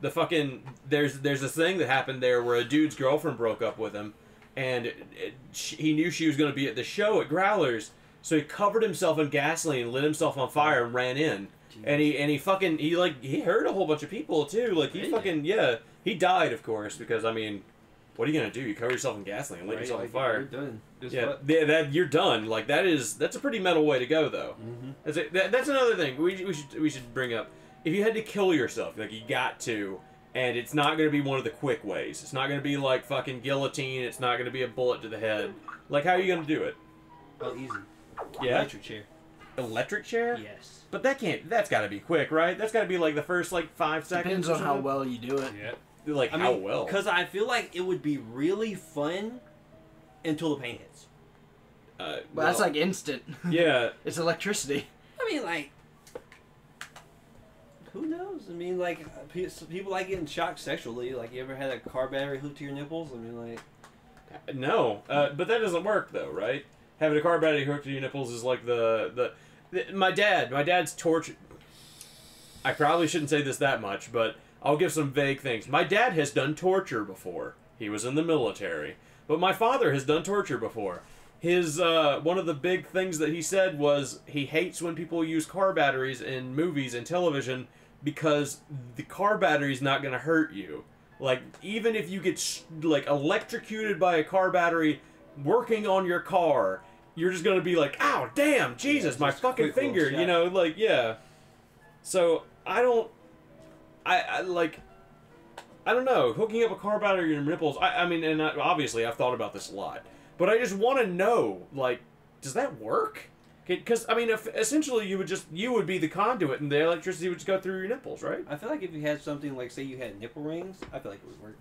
Speaker 1: the fucking there's there's this thing that happened there where a dude's girlfriend broke up with him, and it, it, she, he knew she was going to be at the show at Growlers, so he covered himself in gasoline, lit himself on fire, and ran in. And he and he fucking he like he hurt a whole bunch of people too. Like he
Speaker 3: Really?
Speaker 1: fucking yeah he died of course because I mean, what are you gonna do? You cover yourself in gasoline, light
Speaker 3: Right,
Speaker 1: yourself
Speaker 3: like,
Speaker 1: on fire.
Speaker 3: You're done. Just
Speaker 1: Yeah,
Speaker 3: fuck.
Speaker 1: yeah, that you're done. Like that is that's a pretty metal way to go, though.
Speaker 3: Mhm.
Speaker 1: That's a, that, that's another thing we, we should we should bring up. If you had to kill yourself, like you got to, and it's not going to be one of the quick ways. It's not going to be like fucking guillotine. It's not going to be a bullet to the head. Like how are you going to do it?
Speaker 3: Oh, easy. Electric chair.
Speaker 1: electric chair.
Speaker 3: Yes.
Speaker 1: But that can't. That's got to be quick, right? That's got to be like the first like five seconds.
Speaker 2: Depends
Speaker 1: or
Speaker 2: on how
Speaker 1: something.
Speaker 2: well you do it.
Speaker 3: Yeah.
Speaker 1: Like
Speaker 3: I mean,
Speaker 1: how well?
Speaker 3: Because I feel like it would be really fun until the pain hits.
Speaker 1: Uh,
Speaker 2: But that's like instant.
Speaker 1: yeah.
Speaker 2: it's electricity.
Speaker 3: I mean, like, who knows? I mean, like, pe- some people like getting shocked sexually. Like, you ever had a car battery hooked to your nipples? I mean, like,
Speaker 1: No, uh, but that doesn't work though, right? Having a car battery hooked to your nipples is like the the, the my dad. My dad's torture. I probably shouldn't say this that much, but I'll give some vague things. My dad has done torture before. He was in the military, but my father has done torture before. His uh, one of the big things that he said was he hates when people use car batteries in movies and television because the car battery's not going to hurt you. Like even if you get sh- like electrocuted by a car battery working on your car, you're just gonna be like, "Ow, damn, Jesus,
Speaker 3: Yeah,
Speaker 1: my
Speaker 3: just
Speaker 1: fucking
Speaker 3: quick little
Speaker 1: finger," you
Speaker 3: shot.
Speaker 1: know, like yeah. So I don't, I, I like, I don't know, hooking up a car battery to your nipples. I, I mean, and I, obviously I've thought about this a lot, but I just want to know, like, does that work? Because I mean, if, essentially, you would just you would be the conduit, and the electricity would just go through your nipples, right?
Speaker 3: I feel like if you had something like, say, you had nipple rings, I feel like it would work.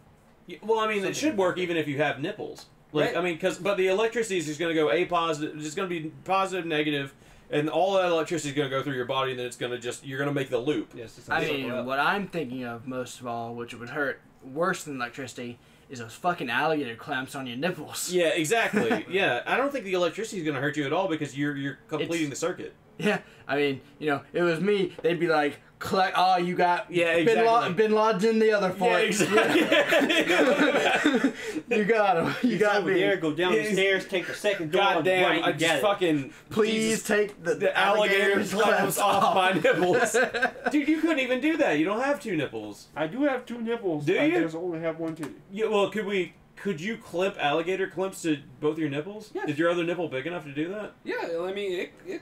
Speaker 1: Y- Well, I mean,
Speaker 3: Something
Speaker 1: it should
Speaker 3: like
Speaker 1: work
Speaker 3: that.
Speaker 1: even if you have nipples. Like
Speaker 3: Right.
Speaker 1: I mean, because but the electricity is just going to go a positive, just going to be positive, negative, and all that electricity is going to go through your body, and then it's going to just you're going to make the loop.
Speaker 3: Yes, it's
Speaker 2: I
Speaker 3: like
Speaker 2: mean,
Speaker 3: something up.
Speaker 2: what I'm thinking of most of all, which would hurt worse than electricity, is those fucking alligator clamps on your nipples.
Speaker 1: Yeah, exactly. yeah, I don't think the electricity is going to hurt you at all because you're you're completing the circuit.
Speaker 2: Yeah, I mean, you know, if it was me, they'd be like, "Collect, oh, you got
Speaker 1: Yeah,
Speaker 2: Bin,
Speaker 1: exactly.
Speaker 2: Laden, Bin Laden in the other
Speaker 1: Yeah,
Speaker 2: fork.
Speaker 1: exactly.
Speaker 2: you got him. You
Speaker 3: It's
Speaker 2: got
Speaker 3: over
Speaker 2: me.
Speaker 3: there, go down
Speaker 1: Yes.
Speaker 3: the stairs, take the second door,
Speaker 1: God
Speaker 3: right,
Speaker 1: damn!
Speaker 3: you
Speaker 1: I
Speaker 3: got
Speaker 1: just
Speaker 3: it.
Speaker 1: fucking
Speaker 2: Please take the,
Speaker 1: the alligator
Speaker 2: alligator's
Speaker 1: clamps
Speaker 2: clamps
Speaker 1: off my nipples.
Speaker 2: off.
Speaker 1: Dude, you couldn't even do that. You don't have two nipples.
Speaker 4: I do have two nipples.
Speaker 1: Do
Speaker 4: I
Speaker 1: you?
Speaker 4: just only have one titty.
Speaker 1: Yeah, well, could we? Could you clip alligator clamps to both your nipples?
Speaker 3: Yes.
Speaker 1: Is your other nipple big enough to do that?
Speaker 3: Yeah, I mean, it it,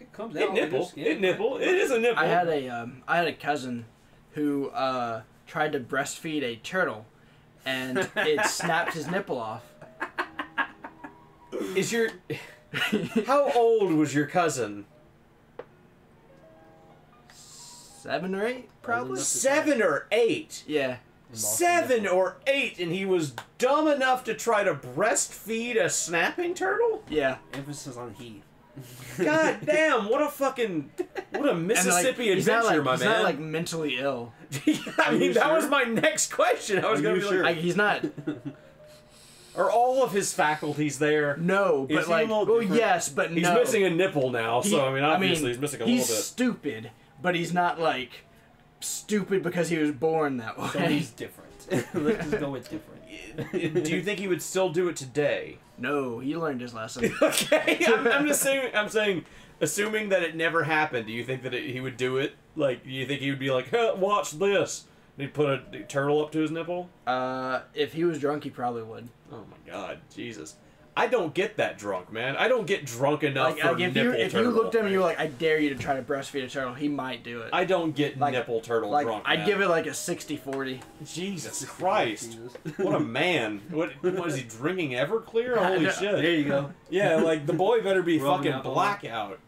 Speaker 3: it comes out.
Speaker 1: It
Speaker 3: under your
Speaker 1: nipple.
Speaker 3: skin,
Speaker 1: It nipple. It is a nipple.
Speaker 2: I had a um, I had a cousin who uh, tried to breastfeed a turtle, and it snapped his nipple off.
Speaker 1: Is your how old was your cousin?
Speaker 2: Seven or eight, probably.
Speaker 3: enough.
Speaker 1: Seven or eight.
Speaker 2: Yeah,
Speaker 1: Seven or eight, and he was dumb enough to try to breastfeed a snapping turtle.
Speaker 2: yeah.
Speaker 3: Emphasis on he.
Speaker 1: God damn! What a fucking what a
Speaker 2: And, like,
Speaker 1: Mississippi
Speaker 2: he's not,
Speaker 1: adventure,
Speaker 2: like,
Speaker 1: my
Speaker 2: he's
Speaker 1: man.
Speaker 2: not like mentally ill.
Speaker 1: I mean,
Speaker 3: you
Speaker 1: that
Speaker 3: sure?
Speaker 1: was my next question. I was
Speaker 3: Are
Speaker 1: gonna
Speaker 3: you
Speaker 1: be
Speaker 3: sure?
Speaker 1: like,
Speaker 2: Like he's not.
Speaker 1: are all of his faculties there?
Speaker 2: No,
Speaker 3: Is
Speaker 2: but
Speaker 3: he a
Speaker 2: like,
Speaker 3: little
Speaker 2: well,
Speaker 3: different?
Speaker 2: yes, but
Speaker 1: He's
Speaker 2: no.
Speaker 1: missing a nipple now,
Speaker 2: He-
Speaker 1: so I mean, obviously
Speaker 2: I mean,
Speaker 1: he's missing a
Speaker 2: he's
Speaker 1: little bit.
Speaker 2: stupid, but he's not like stupid because he was born that way.
Speaker 3: So he's different. Let's just go with different.
Speaker 1: do you think he would still do it today?
Speaker 2: no, he learned his lesson.
Speaker 1: Okay, I'm, I'm just saying. I'm saying, assuming that it never happened, do you think that it, he would do it? Like, do you think he would be like, huh, "Watch this," and he'd put a turtle up to his nipple?
Speaker 2: uh, if he was drunk, he probably would.
Speaker 1: Oh my God, Jesus! I don't get that drunk, man. I don't get drunk enough
Speaker 2: Like,
Speaker 1: for
Speaker 2: like, if you
Speaker 1: nipple
Speaker 2: if
Speaker 1: turtle.
Speaker 2: you looked at him and you were like, I dare you to try to breastfeed a turtle, he might do it.
Speaker 1: I don't get
Speaker 2: like-
Speaker 1: nipple turtle
Speaker 2: like
Speaker 1: drunk.
Speaker 2: I'd
Speaker 1: man.
Speaker 2: give it like a 60-40.
Speaker 1: Jesus Christ! What a man! What, what is he drinking? Everclear? Holy
Speaker 2: Yeah.
Speaker 1: shit!
Speaker 3: There you go.
Speaker 1: Yeah, like the boy better be
Speaker 3: Rubbing
Speaker 1: fucking
Speaker 3: alcohol.
Speaker 1: blackout.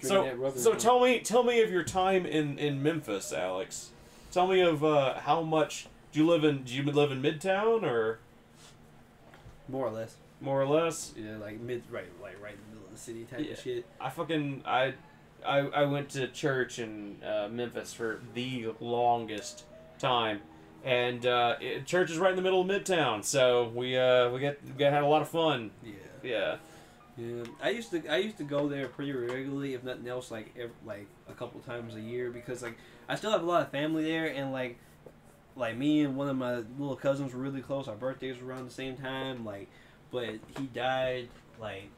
Speaker 3: Drinking that
Speaker 1: So,
Speaker 3: rubbing
Speaker 1: so
Speaker 3: alcohol.
Speaker 1: tell me, tell me of your time in in Memphis, Alex. Tell me of uh, how much do you live in? Do you live in Midtown or
Speaker 3: More or less.
Speaker 1: more or less?
Speaker 3: Yeah, like mid, right, like right in the middle of the city type
Speaker 1: Yeah.
Speaker 3: of shit.
Speaker 1: I fucking I, I, I went to church in uh, Memphis for the longest time, and uh, it, church is right in the middle of Midtown. So we uh, we got we got had a lot of fun.
Speaker 3: Yeah.
Speaker 1: Yeah.
Speaker 3: Yeah, I used to I used to go there pretty regularly, if nothing else, like ev like a couple times a year because like I still have a lot of family there, and like like me and one of my little cousins were really close. Our birthdays were around the same time, like, but he died. Like,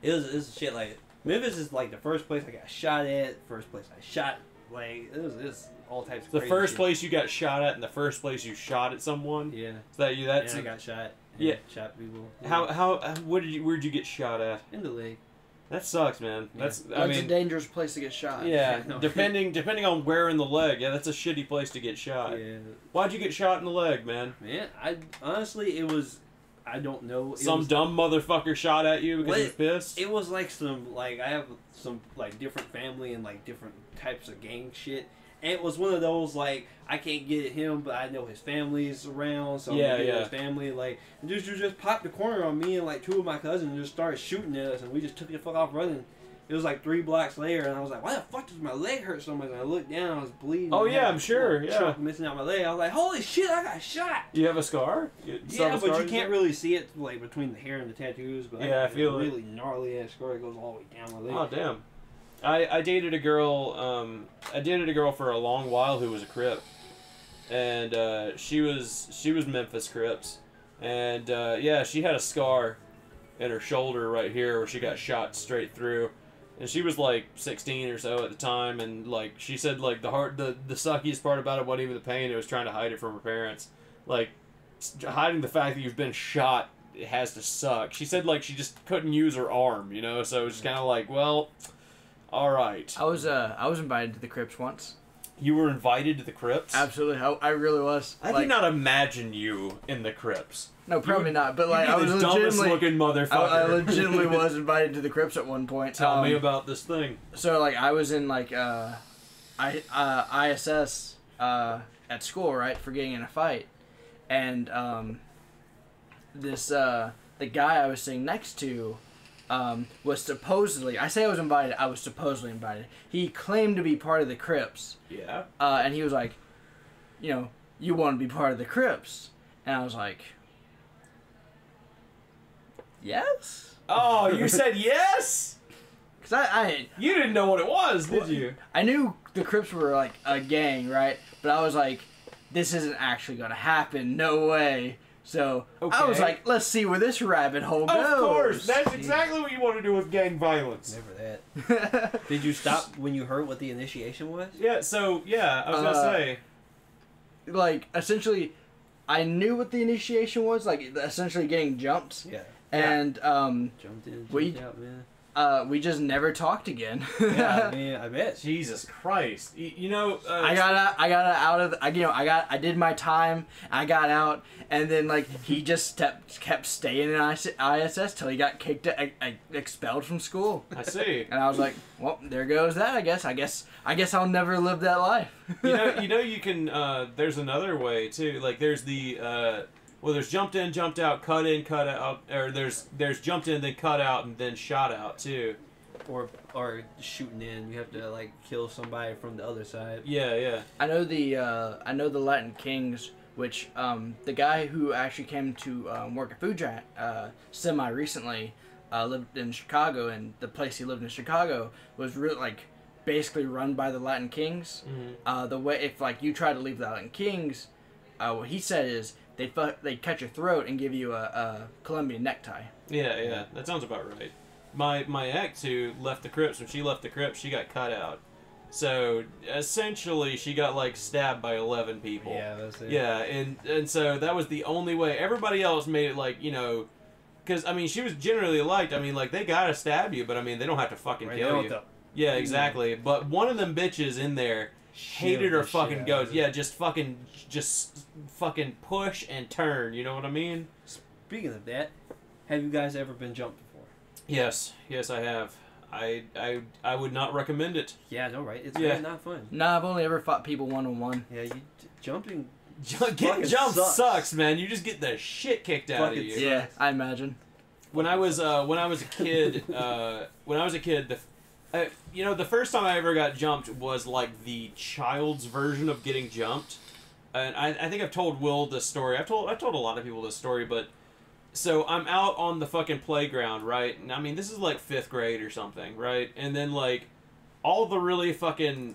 Speaker 3: it was it's shit. Like Memphis is like the first place I got shot at, first place I shot. Like it was it's all types of
Speaker 1: The
Speaker 3: crazy
Speaker 1: first
Speaker 3: shit.
Speaker 1: place you got shot at, and the first place you shot at someone.
Speaker 3: Yeah,
Speaker 1: Is that you? That's
Speaker 3: and I got shot. and
Speaker 1: Yeah.
Speaker 3: shot people.
Speaker 1: How how uh, what did you where'd you get shot at?
Speaker 3: in the leg?
Speaker 1: That sucks, man. That's I
Speaker 2: That's a
Speaker 1: mean
Speaker 2: dangerous place to get shot.
Speaker 1: yeah.
Speaker 3: No.
Speaker 1: Depending depending on where in the leg, yeah, that's a shitty place to get shot.
Speaker 3: Yeah.
Speaker 1: Why'd you get shot in the leg, man?
Speaker 3: Man, I honestly it was I don't know. It
Speaker 1: Some
Speaker 3: was,
Speaker 1: dumb motherfucker shot at you because
Speaker 3: What?
Speaker 1: he was pissed.
Speaker 3: it was like some like I have some like different family and like different types of gang shit. And it was one of those like I can't get at him, but I know his family's around, so
Speaker 1: Yeah,
Speaker 3: I'm gonna get at
Speaker 1: yeah.
Speaker 3: his family like and just you just popped the corner on me and like two of my cousins and just started shooting at us, and we just took the fuck off running. It was like three blocks later, and I was like, "Why the fuck does my leg hurt so much?" And I looked down, I was bleeding.
Speaker 1: Oh,
Speaker 3: I
Speaker 1: yeah,
Speaker 3: had
Speaker 1: I'm sure,
Speaker 3: a
Speaker 1: yeah.
Speaker 3: chunk missing out my leg. I was like, "Holy shit, I got shot!"
Speaker 1: Do you have a scar? You- some
Speaker 3: Yeah, but
Speaker 1: scar
Speaker 3: you can't really see it like between the hair and the tattoos. But
Speaker 1: Yeah, I
Speaker 3: got a
Speaker 1: feel it.
Speaker 3: really gnarly ass scar that goes all the way down my leg.
Speaker 1: Oh damn. I, I dated a girl um, I dated a girl for a long while who was a Crip, and uh, she was she was Memphis Crips, and uh, yeah she had a scar in her shoulder right here where she got shot straight through, and she was like 16 or so at the time and like she said like the hard the the suckiest part about it wasn't even the pain it was trying to hide it from her parents, like s- hiding the fact that you've been shot it has to suck. She said like she just couldn't use her arm, you know, so it's kind of like, well, all right.
Speaker 2: I was uh I was invited to the Crips once.
Speaker 1: You were invited to the crypts.
Speaker 2: Absolutely, I, I really was.
Speaker 1: I
Speaker 2: like,
Speaker 1: did not imagine you in the crypts.
Speaker 2: No, probably not. But
Speaker 1: You'd
Speaker 2: like,
Speaker 1: be
Speaker 2: I was
Speaker 1: the dumbest
Speaker 2: legitimately,
Speaker 1: looking motherfucker.
Speaker 2: I, I legitimately was invited to the crypts at one point.
Speaker 1: Tell
Speaker 2: Um,
Speaker 1: me about this thing.
Speaker 2: so like I was in like uh, I uh, ISS uh, at school right for getting in a fight, and um, this uh, the guy I was sitting next to um, was supposedly I say I was invited I was supposedly invited he claimed to be part of the Crips
Speaker 1: Yeah.
Speaker 2: uh, and he was like, you know, you want to be part of the Crips, and I was like, yes,
Speaker 1: Oh, you said yes.
Speaker 2: because I, I
Speaker 1: You didn't know what it was, did
Speaker 2: Well,
Speaker 1: you?
Speaker 2: I knew the Crips were like a gang, right? But I was like, this isn't actually gonna happen. No way. So I was
Speaker 1: Okay.
Speaker 2: like, let's see where this rabbit hole goes.
Speaker 1: Of course, that's
Speaker 3: Jeez.
Speaker 1: exactly what you want to do with gang violence.
Speaker 3: Never that.
Speaker 2: that's.
Speaker 3: Did you stop when you heard what the initiation was?
Speaker 1: Yeah. So yeah, I was
Speaker 2: Uh,
Speaker 1: gonna say.
Speaker 2: like essentially, I knew what the initiation was. Like essentially getting jumped,
Speaker 3: Yeah.
Speaker 1: Yeah.
Speaker 2: and um,
Speaker 3: Jumped in, jumped
Speaker 2: We-
Speaker 3: out, man.
Speaker 2: uh, we just never talked again.
Speaker 3: Yeah, I mean, I bet.
Speaker 1: Jesus Christ. Y- You know, uh,
Speaker 2: I got out, I got out of the- I you know I got I did my time I got out and then like he just stepped, kept staying in IS ISS till he got kicked I, I, expelled from school
Speaker 1: I see.
Speaker 2: and I was like well there goes that I guess I guess I guess I'll never live that life
Speaker 1: you know, you know, you can. Uh, there's another way too. Like there's the uh, well, there's jumped in, jumped out, cut in, cut out, or there's there's jumped in, then cut out, and then shot out too.
Speaker 3: Or or shooting in, you have to like kill somebody from the other side.
Speaker 1: Yeah, yeah.
Speaker 2: I know the uh, I know the Latin Kings which um, the guy who actually came to um, work at Food Giant uh, semi recently uh, lived in Chicago and the place he lived in Chicago was really like basically run by the Latin Kings. Uh, the way if like you try to leave the Latin Kings, uh, what he said is they fu- they cut your throat and give you a, a Colombian necktie.
Speaker 1: Yeah, yeah. That sounds about right. My my ex who left the Crips, when she left the Crips, she got cut out. So essentially, she got like stabbed by eleven people.
Speaker 3: Yeah, that's it.
Speaker 1: Yeah, and and so that was the only way. Everybody else made it like you know, because I mean she was generally liked. I mean like they gotta stab you, but I mean they don't have to fucking
Speaker 3: Right
Speaker 1: kill
Speaker 3: now,
Speaker 1: you.
Speaker 3: the
Speaker 1: Yeah, exactly. But one of them bitches in there hated
Speaker 3: shield
Speaker 1: her
Speaker 3: the
Speaker 1: fucking
Speaker 3: shit out
Speaker 1: guts.
Speaker 3: of it.
Speaker 1: Yeah, just fucking just fucking push and turn. You know what I mean?
Speaker 3: Speaking of that, have you guys ever been jumped before?
Speaker 1: Yes, yes, I have. I I I would not recommend it.
Speaker 3: Yeah, no, right? It's
Speaker 1: Yeah.
Speaker 3: really not fun.
Speaker 2: Nah, I've only ever fought people one on one.
Speaker 3: Yeah, you j- jumping.
Speaker 1: Ju-
Speaker 3: Fucking
Speaker 1: Getting jumped
Speaker 3: sucks.
Speaker 1: sucks. man. You just get the shit kicked out of
Speaker 3: Fucking
Speaker 1: you.
Speaker 3: Yes.
Speaker 2: Yeah, I imagine.
Speaker 1: when I was uh, when I was a kid, uh, when I was a kid, the, f- uh, you know, the first time I ever got jumped was like the child's version of getting jumped, and I, I think I've told Will this story. I've told I've told a lot of people this story, but so I'm out on the fucking playground, right? And I mean, this is like fifth grade or something, right? And then like all the really fucking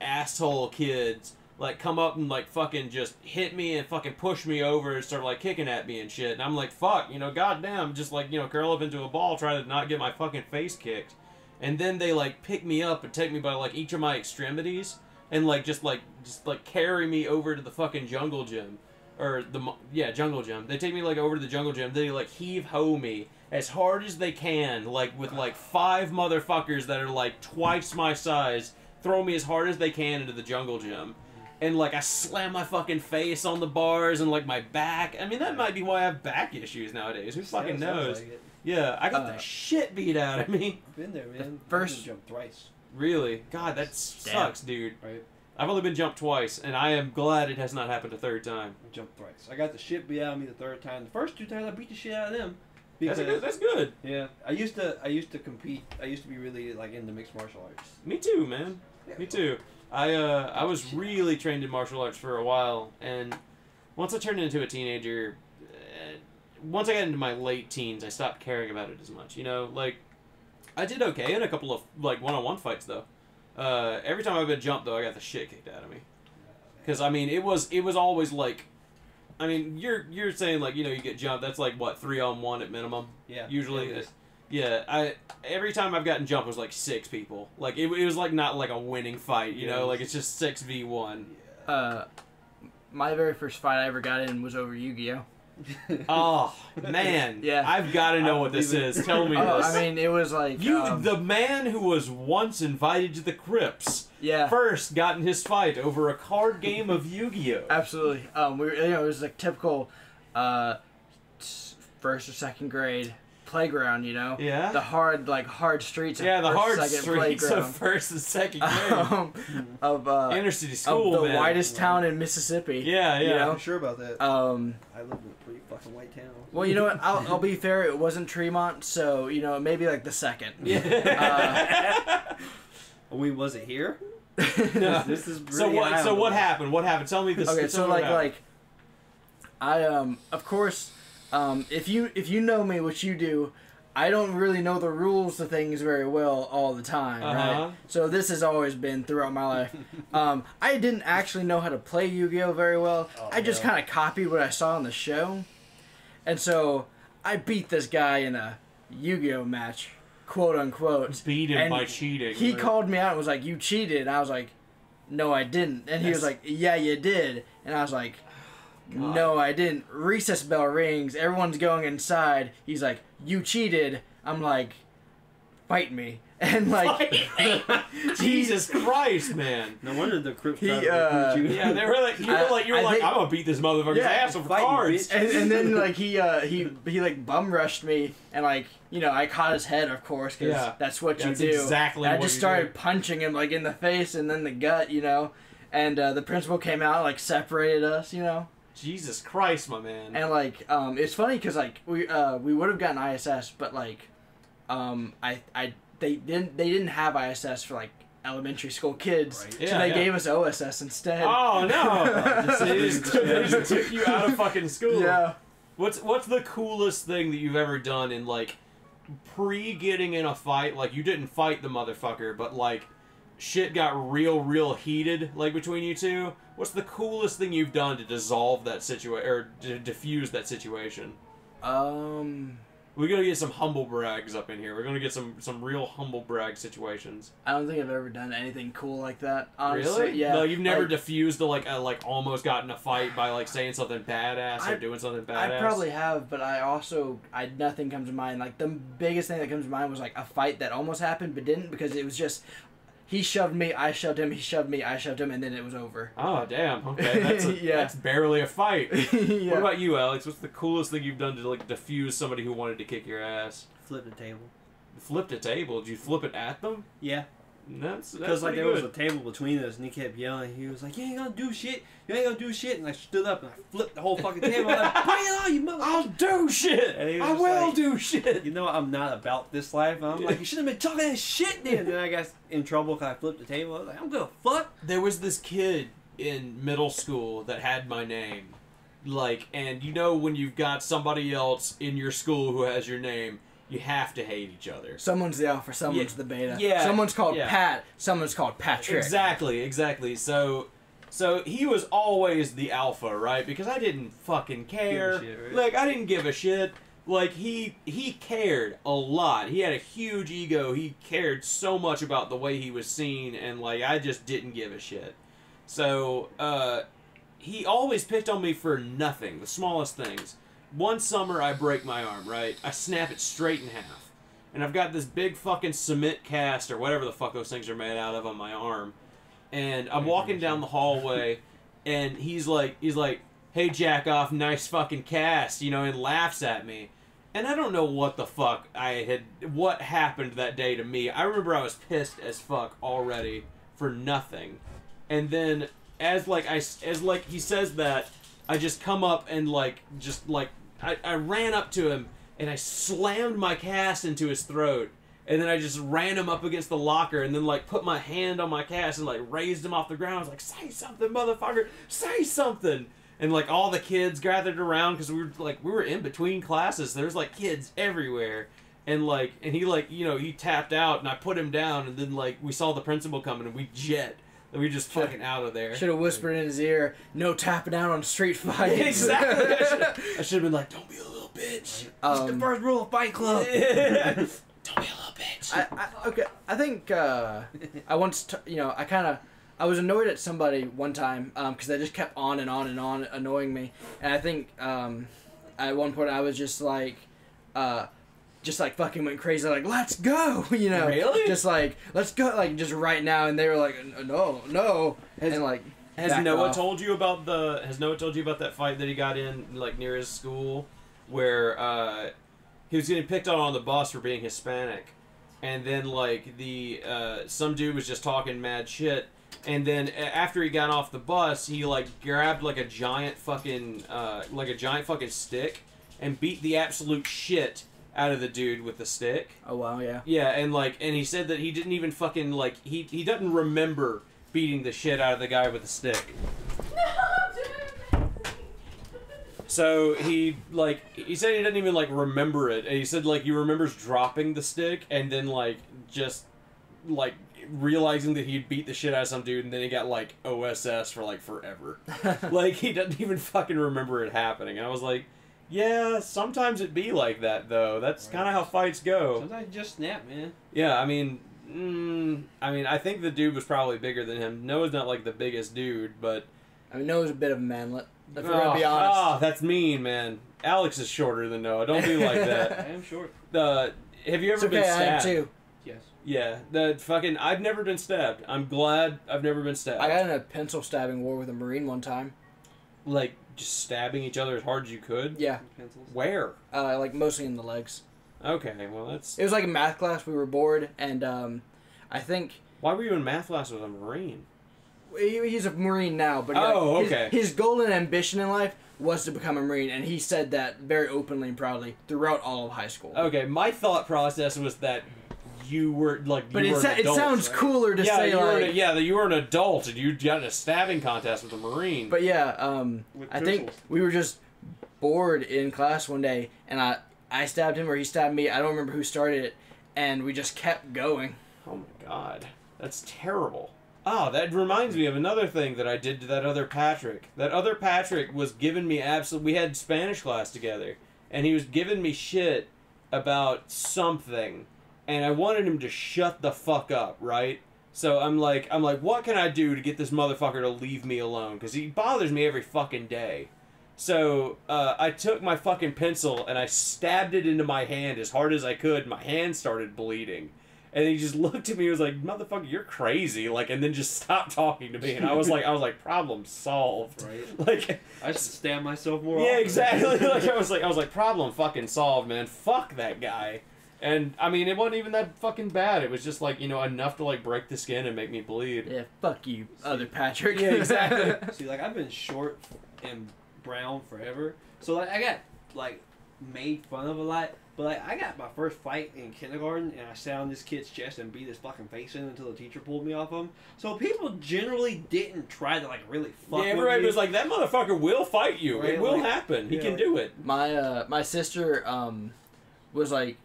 Speaker 1: asshole kids like come up and like fucking just hit me and fucking push me over and start like kicking at me and shit. And I'm like, fuck, you know, goddamn, just like, you know, curl up into a ball trying to not get my fucking face kicked. And then they like pick me up and take me by like each of my extremities and like just like just like carry me over to the fucking jungle gym or the mo- yeah jungle gym. They take me like over to the jungle gym. They like heave ho me as hard as they can, like with like five motherfuckers that are like twice my size. Throw me as hard as they can into the jungle gym, and like I slam my fucking face on the bars and like my back. I mean that might be why I have back issues nowadays. Who fucking
Speaker 3: Sounds- sounds
Speaker 1: knows?
Speaker 3: like it.
Speaker 1: Yeah, I got
Speaker 2: Uh,
Speaker 1: the shit beat out of me.
Speaker 3: I've been there, man.
Speaker 2: first-
Speaker 3: I've been jumped thrice.
Speaker 1: Really, God, that
Speaker 2: Damn.
Speaker 1: sucks, dude.
Speaker 3: Right.
Speaker 1: I've only been jumped twice, and I am glad it has not happened a third time.
Speaker 3: I jumped thrice. I got the shit beat out of me the third time. The first two times I beat the shit out of them.
Speaker 1: That's
Speaker 3: Because
Speaker 1: good. That's good.
Speaker 3: yeah, I used to I used to compete. I used to be really like into mixed martial arts.
Speaker 1: Me too, man.
Speaker 3: Yeah.
Speaker 1: Me too. I uh, I was really trained in martial arts for a while, and once I turned into a teenager, uh, once I got into my late teens, I stopped caring about it as much. You know, like I did okay in a couple of like one-on-one fights though. Uh, every time I've been jumped though, I got the shit kicked out of me. Because I mean, it was it was always like, I mean, you're you're saying like you know you get jumped. That's like what three on one at minimum.
Speaker 3: Yeah.
Speaker 1: Usually,
Speaker 3: yeah, it
Speaker 1: uh,
Speaker 3: is.
Speaker 1: yeah, I every time I've gotten jumped was like six people. Like it, it was like not like a winning fight, you
Speaker 3: Yeah.
Speaker 1: know. Like it's just six v one.
Speaker 3: Yeah.
Speaker 2: Uh, my very first fight I ever got in was over Yu-Gi-Oh.
Speaker 1: Oh man,
Speaker 2: Yeah.
Speaker 1: I've got to know what this
Speaker 3: believe it.
Speaker 1: is. Tell me
Speaker 2: Oh,
Speaker 1: this.
Speaker 2: I mean, it was like
Speaker 1: you,
Speaker 2: um,
Speaker 1: the man who was once invited to the crypts,
Speaker 2: yeah,
Speaker 1: first got in his fight over a card game of Yu-Gi-Oh.
Speaker 2: absolutely. Um, we were, you know, it was like typical, uh, s- first or second grade playground. You know,
Speaker 1: Yeah.
Speaker 2: the hard like hard streets. of
Speaker 1: yeah, the
Speaker 2: first,
Speaker 1: hard
Speaker 2: second
Speaker 1: streets
Speaker 2: playground.
Speaker 1: of first and second grade,
Speaker 2: um, of uh,
Speaker 1: inner city
Speaker 2: of
Speaker 1: school,
Speaker 2: the
Speaker 1: man.
Speaker 2: widest town in Mississippi.
Speaker 1: Yeah,
Speaker 2: you
Speaker 1: yeah.
Speaker 2: know?
Speaker 3: I'm sure about that.
Speaker 2: Um,
Speaker 3: I live in a pretty fucking white town.
Speaker 2: well, you know what? I'll, I'll be fair. It wasn't Tremont, so you know maybe like the second.
Speaker 3: we wasn't here.
Speaker 2: Uh,
Speaker 1: No.
Speaker 3: This is
Speaker 1: So
Speaker 3: really
Speaker 1: what? So
Speaker 3: wild.
Speaker 1: what happened? What happened? Tell me this.
Speaker 2: okay,
Speaker 1: tell
Speaker 2: so
Speaker 1: me what
Speaker 2: like
Speaker 1: happened.
Speaker 2: like, I um of course, um if you if you know me, which you do, I don't really know the rules to things very well all the time,
Speaker 1: Uh-huh.
Speaker 2: right? So this has always been throughout my life. um, I didn't actually know how to play Yu-Gi-Oh very well.
Speaker 3: Oh,
Speaker 2: I just
Speaker 3: no.
Speaker 2: kind of copied what I saw on the show, and so I beat this guy in a Yu-Gi-Oh match, quote unquote.
Speaker 1: beat him
Speaker 2: and
Speaker 1: by cheating.
Speaker 2: He called me out and was like, "You cheated." And I was like, "No, I didn't." And he was
Speaker 1: That's-
Speaker 2: like, "Yeah, you did." And I was like, "No, I didn't." Recess bell rings. Everyone's going inside. He's like, "You cheated." I'm like, "Fight me!" And like,
Speaker 1: Jesus Christ, man.
Speaker 3: No wonder the Crips
Speaker 2: He,
Speaker 3: tried
Speaker 2: uh,
Speaker 3: to recruit you.
Speaker 1: Yeah, they were like, you
Speaker 2: I-
Speaker 1: were like, you were
Speaker 2: I
Speaker 1: like,
Speaker 2: think-
Speaker 1: I'm gonna beat this motherfucker's
Speaker 2: Yeah,
Speaker 1: ass with
Speaker 3: fighting,
Speaker 1: cards.
Speaker 3: bitch.
Speaker 2: and, and then like he uh he he like bum rushed me and like you know I caught his head of course because
Speaker 1: Yeah.
Speaker 2: that's what
Speaker 1: That's
Speaker 2: you do.
Speaker 1: exactly
Speaker 2: And I
Speaker 1: what
Speaker 2: just
Speaker 1: you
Speaker 2: started
Speaker 1: do.
Speaker 2: punching him like in the face and then the gut, you know. And uh, the principal came out like separated us, you know.
Speaker 1: Jesus Christ, my man.
Speaker 2: And like, um, it's funny because like we uh, we would have gotten ISS, but like, um, I I they didn't they didn't have ISS for like elementary school kids,
Speaker 3: Right.
Speaker 2: so
Speaker 1: Yeah,
Speaker 2: they
Speaker 1: yeah.
Speaker 2: gave us OSS instead.
Speaker 1: Oh no!
Speaker 3: this
Speaker 1: they,
Speaker 3: is-
Speaker 1: just, they just took you out of fucking school.
Speaker 2: yeah.
Speaker 1: What's what's the coolest thing that you've ever done in like pre getting in a fight? Like you didn't fight the motherfucker, but like shit got real, real heated like between you two. What's the coolest thing you've done to dissolve that situation or to diffuse that situation?
Speaker 2: Um,
Speaker 1: We're gonna get some humble brags up in here. We're gonna get some some real humble brag situations.
Speaker 2: I don't think I've ever done anything cool like that. Honestly,
Speaker 1: really?
Speaker 2: yeah.
Speaker 1: No, you've never
Speaker 2: Like,
Speaker 1: diffused the like I like almost got in a fight by like saying something badass
Speaker 2: I-
Speaker 1: or doing something
Speaker 2: I
Speaker 1: badass.
Speaker 2: probably have, but I also I nothing comes to mind. Like the biggest thing that comes to mind was like a fight that almost happened but didn't because it was just he shoved me, I shoved him, he shoved me, I shoved him, and then it was over.
Speaker 1: Oh damn! Okay, that's a,
Speaker 2: Yeah.
Speaker 1: that's barely a fight.
Speaker 2: yeah.
Speaker 1: What about you, Alex? What's the coolest thing you've done to like diffuse somebody who wanted to kick your ass?
Speaker 3: Flip the table.
Speaker 1: Flipped a table? Did you flip it at them?
Speaker 3: Yeah,
Speaker 1: That's that's
Speaker 3: because like
Speaker 1: pretty
Speaker 3: there was a
Speaker 1: good.
Speaker 3: table between us, and he kept yelling. He was like, "You ain't gonna do shit. You ain't gonna do shit." And I stood up and I flipped the whole fucking table. I'm like, "Bring it on, you mother!"
Speaker 1: I'll do shit.
Speaker 3: And he was
Speaker 1: I
Speaker 3: just
Speaker 1: will
Speaker 3: like-
Speaker 1: do shit.
Speaker 3: you know I'm not about this life. And I'm like, you should have been talking that shit then. And then I got in trouble because I flipped the table. I was like, I'm gonna fuck.
Speaker 1: there was this kid in middle school that had my name like and you know when you've got somebody else in your school who has your name you have to hate each other
Speaker 2: Someone's the alpha, someone's
Speaker 1: Yeah.
Speaker 2: the beta.
Speaker 1: Yeah.
Speaker 2: Someone's called
Speaker 1: Yeah.
Speaker 2: Pat, someone's called Patrick.
Speaker 1: exactly exactly so so he was always the alpha right because i didn't fucking care
Speaker 3: shit, right?
Speaker 1: like i didn't give a shit like he he cared a lot he had a huge ego he cared so much about the way he was seen and like i just didn't give a shit so uh he always picked on me for nothing, the smallest things. One summer, I break my arm, right? I snap it straight in half. And I've got this big fucking cement cast or whatever the fuck those things are made out of on my arm. And I'm walking down the hallway, and he's like, he's like, hey, jack off, nice fucking cast, you know, and laughs at me. And I don't know what the fuck I had, what happened that day to me. I remember I was pissed as fuck already for nothing and then as like I s- as like he says that, I just come up and like just like I, I ran up to him and I slammed my cast into his throat, and then I just ran him up against the locker and then like put my hand on my cast and like raised him off the ground. I was like, "Say something, motherfucker! Say something!" And like all the kids gathered around because we were like we were in between classes. There's like kids everywhere and like and he like you know he tapped out and I put him down and then like we saw the principal coming and we jet and we just fucking out of there.
Speaker 2: Should have whispered in his ear, no tapping out on street fights.
Speaker 1: exactly. I should- I should have been like, don't be a little bitch.
Speaker 3: It's the
Speaker 2: um,
Speaker 3: first rule of Fight Club.
Speaker 1: don't be a little bitch.
Speaker 2: I, I, okay, I think uh, I once, t- you know, I kind of, I was annoyed at somebody one time because they just kept on and on and on annoying me, and I think um, at one point I was just like, uh, just like fucking went crazy, like let's go, you know,
Speaker 1: Really?
Speaker 2: just like let's go, like just right now, and they were like, "N- no, no,
Speaker 1: Has-
Speaker 2: and like
Speaker 1: Has
Speaker 2: backed
Speaker 1: Noah
Speaker 2: off.
Speaker 1: told you about the? Has Noah told you about that fight that he got in like near his school, where uh, he was getting picked on on the bus for being Hispanic, and then like the uh, some dude was just talking mad shit, and then a- after he got off the bus, he like grabbed like a giant fucking uh, like a giant fucking stick, and beat the absolute shit out of the dude with the stick.
Speaker 2: Oh wow, yeah.
Speaker 1: Yeah, and like, and he said that he didn't even fucking like he he doesn't remember beating the shit out of the guy with the stick. So he like he said he didn't even like remember it, and he said like he remembers dropping the stick and then like just like realizing that he'd beat the shit out of some dude, and then he got like OSS for like forever. like he doesn't even fucking remember it happening. And I was like, yeah, sometimes it be like that though. That's
Speaker 3: Right.
Speaker 1: kind of how fights go.
Speaker 3: Sometimes you just snap, man.
Speaker 1: Yeah, I mean, mm, I mean, I think the dude was probably bigger than him. Noah's not like the biggest dude, but
Speaker 2: I mean, Noah's a bit of a manlet. If we're
Speaker 1: Ah,
Speaker 2: gonna be honest,
Speaker 1: ah, that's mean, man. Alex is shorter than Noah. Don't be like that.
Speaker 3: I am short.
Speaker 1: Uh, have you
Speaker 2: it's
Speaker 1: ever
Speaker 2: okay.
Speaker 1: been
Speaker 2: I am
Speaker 1: stabbed?
Speaker 2: too.
Speaker 3: Yes.
Speaker 1: Yeah, the fucking. I've never been stabbed. I'm glad I've never been stabbed.
Speaker 2: I got in a pencil stabbing war with a marine one time.
Speaker 1: like just stabbing each other as hard as you could.
Speaker 2: Yeah,
Speaker 3: Pencils.
Speaker 1: Where?
Speaker 2: uh, like mostly in the legs.
Speaker 1: Okay, well that's.
Speaker 2: It was like a math class. We were bored, and um, I think
Speaker 1: Why were you in math class with a marine?
Speaker 2: he, he's a marine now. But he,
Speaker 1: Oh,
Speaker 2: like, his-
Speaker 1: okay.
Speaker 2: His, golden ambition in life was to become a marine, and he said that very openly and proudly throughout all of high school.
Speaker 1: Okay, my thought process was that you were like.
Speaker 2: but
Speaker 1: you
Speaker 2: it,
Speaker 1: were
Speaker 2: sa-
Speaker 1: an
Speaker 2: it
Speaker 1: adult,
Speaker 2: sounds
Speaker 1: right?
Speaker 2: cooler to
Speaker 1: yeah,
Speaker 2: say
Speaker 1: you were
Speaker 2: like.
Speaker 1: an, yeah, that you were an adult and you got in a stabbing contest with a marine.
Speaker 2: But yeah, um,
Speaker 4: With
Speaker 2: I think
Speaker 4: pencils.
Speaker 2: we were just bored in class one day, and I I stabbed him or he stabbed me. I don't remember who started it, and we just kept going.
Speaker 1: oh my god, that's terrible. Ah, that reminds me of another thing that I did to that other Patrick. That other Patrick was giving me absolute. We had Spanish class together, and he was giving me shit about something, and I wanted him to shut the fuck up, right? So I'm like, I'm like, what can I do to get this motherfucker to leave me alone? Because he bothers me every fucking day. So uh, I took my fucking pencil and I stabbed it into my hand as hard as I could. My hand started bleeding. And he just looked at me and was like, motherfucker, you're crazy. Like, and then just stopped talking to me. And I was like, I was like, problem solved.
Speaker 3: Right.
Speaker 1: Like,
Speaker 3: I should stab myself more
Speaker 1: yeah,
Speaker 3: often.
Speaker 1: exactly. like I was like, I was like, problem fucking solved, man. Fuck that guy. And I mean, it wasn't even that fucking bad. It was just like you know enough to like break the skin and make me bleed.
Speaker 2: Yeah, fuck you, other Patrick.
Speaker 1: Yeah, exactly.
Speaker 3: See, like I've been short and brown forever, so like I got like made fun of a lot. But like I got my first fight in kindergarten, and I sat on this kid's chest and beat his fucking face in until the teacher pulled me off him. So people generally didn't try to like really
Speaker 1: Yeah,
Speaker 3: fuck.
Speaker 1: everybody
Speaker 3: with
Speaker 1: was
Speaker 3: me.
Speaker 1: like, that motherfucker will fight you.
Speaker 3: Right,
Speaker 1: it will
Speaker 3: like-
Speaker 1: happen. He
Speaker 3: yeah,
Speaker 1: can
Speaker 3: like-
Speaker 1: do it.
Speaker 2: my uh my sister um was like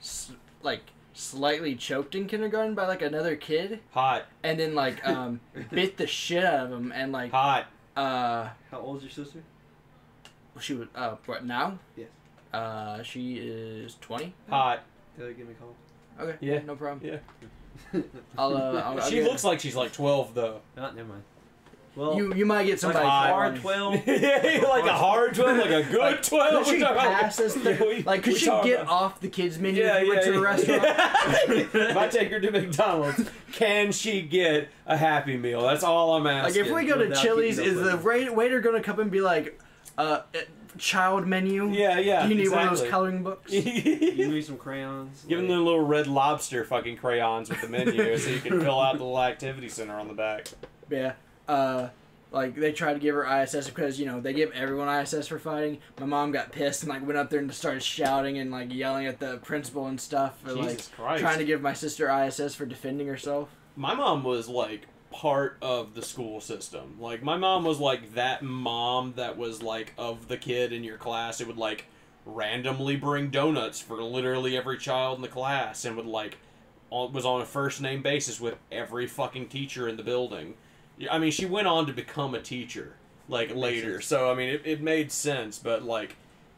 Speaker 2: s- like slightly choked in kindergarten by like another kid
Speaker 1: Hot,
Speaker 2: and then like um bit the shit out of him and like
Speaker 1: hot.
Speaker 2: uh
Speaker 3: "How old's your sister?"
Speaker 2: she was uh what now
Speaker 3: Yes.
Speaker 2: uh she is 20
Speaker 1: Hot.
Speaker 3: Tell her to give me a call.
Speaker 2: okay
Speaker 1: Yeah.
Speaker 2: no problem
Speaker 1: Yeah.
Speaker 2: i'll uh I'll, I'll
Speaker 1: she
Speaker 2: get her-
Speaker 1: looks like she's like twelve though.
Speaker 3: Not never mind. Well,
Speaker 2: you you might get somebody
Speaker 1: hot.
Speaker 2: for
Speaker 3: R
Speaker 2: it.
Speaker 3: twelve.
Speaker 1: yeah, like a hard twelve, like a good
Speaker 2: Like,
Speaker 1: twelve.
Speaker 2: could
Speaker 1: We're
Speaker 2: she
Speaker 1: talking about-
Speaker 2: pass us
Speaker 1: Yeah, we-
Speaker 2: the, like could
Speaker 1: we're
Speaker 2: she
Speaker 1: talking
Speaker 2: get
Speaker 1: about-
Speaker 2: off the kids menu
Speaker 1: Yeah,
Speaker 2: if you
Speaker 1: yeah,
Speaker 2: went to a
Speaker 1: yeah.
Speaker 2: restaurant
Speaker 1: if I take her to McDonald's, can she get a Happy Meal? That's all I'm
Speaker 2: Like
Speaker 1: asking.
Speaker 2: if we go to
Speaker 3: without
Speaker 2: Chili's,
Speaker 3: keeping
Speaker 2: is
Speaker 3: up
Speaker 2: the wait- waiter gonna come and be like, uh, uh, child menu?
Speaker 1: yeah, yeah,
Speaker 2: Do you need
Speaker 1: exactly.
Speaker 2: one of those coloring books?
Speaker 3: You need some crayons.
Speaker 1: Give them
Speaker 3: like-
Speaker 1: the little red lobster fucking crayons with the menu, so you can fill out the little activity center on the back.
Speaker 2: yeah. Uh, like they tried to give her ISS because you know they give everyone ISS for fighting. My mom got pissed and like went up there and started shouting and like yelling at the principal and stuff for like
Speaker 1: Jesus Christ!
Speaker 2: trying to give my sister ISS for defending herself.
Speaker 1: my mom was like part of the school system. Like my mom was like that mom that was like of the kid in your class. It would like randomly bring donuts for literally every child in the class and would like on, was on a first name basis with every fucking teacher in the building. Yeah, I mean, she went on to become a teacher like later.
Speaker 3: sense.
Speaker 1: So I mean, it, it made sense, but like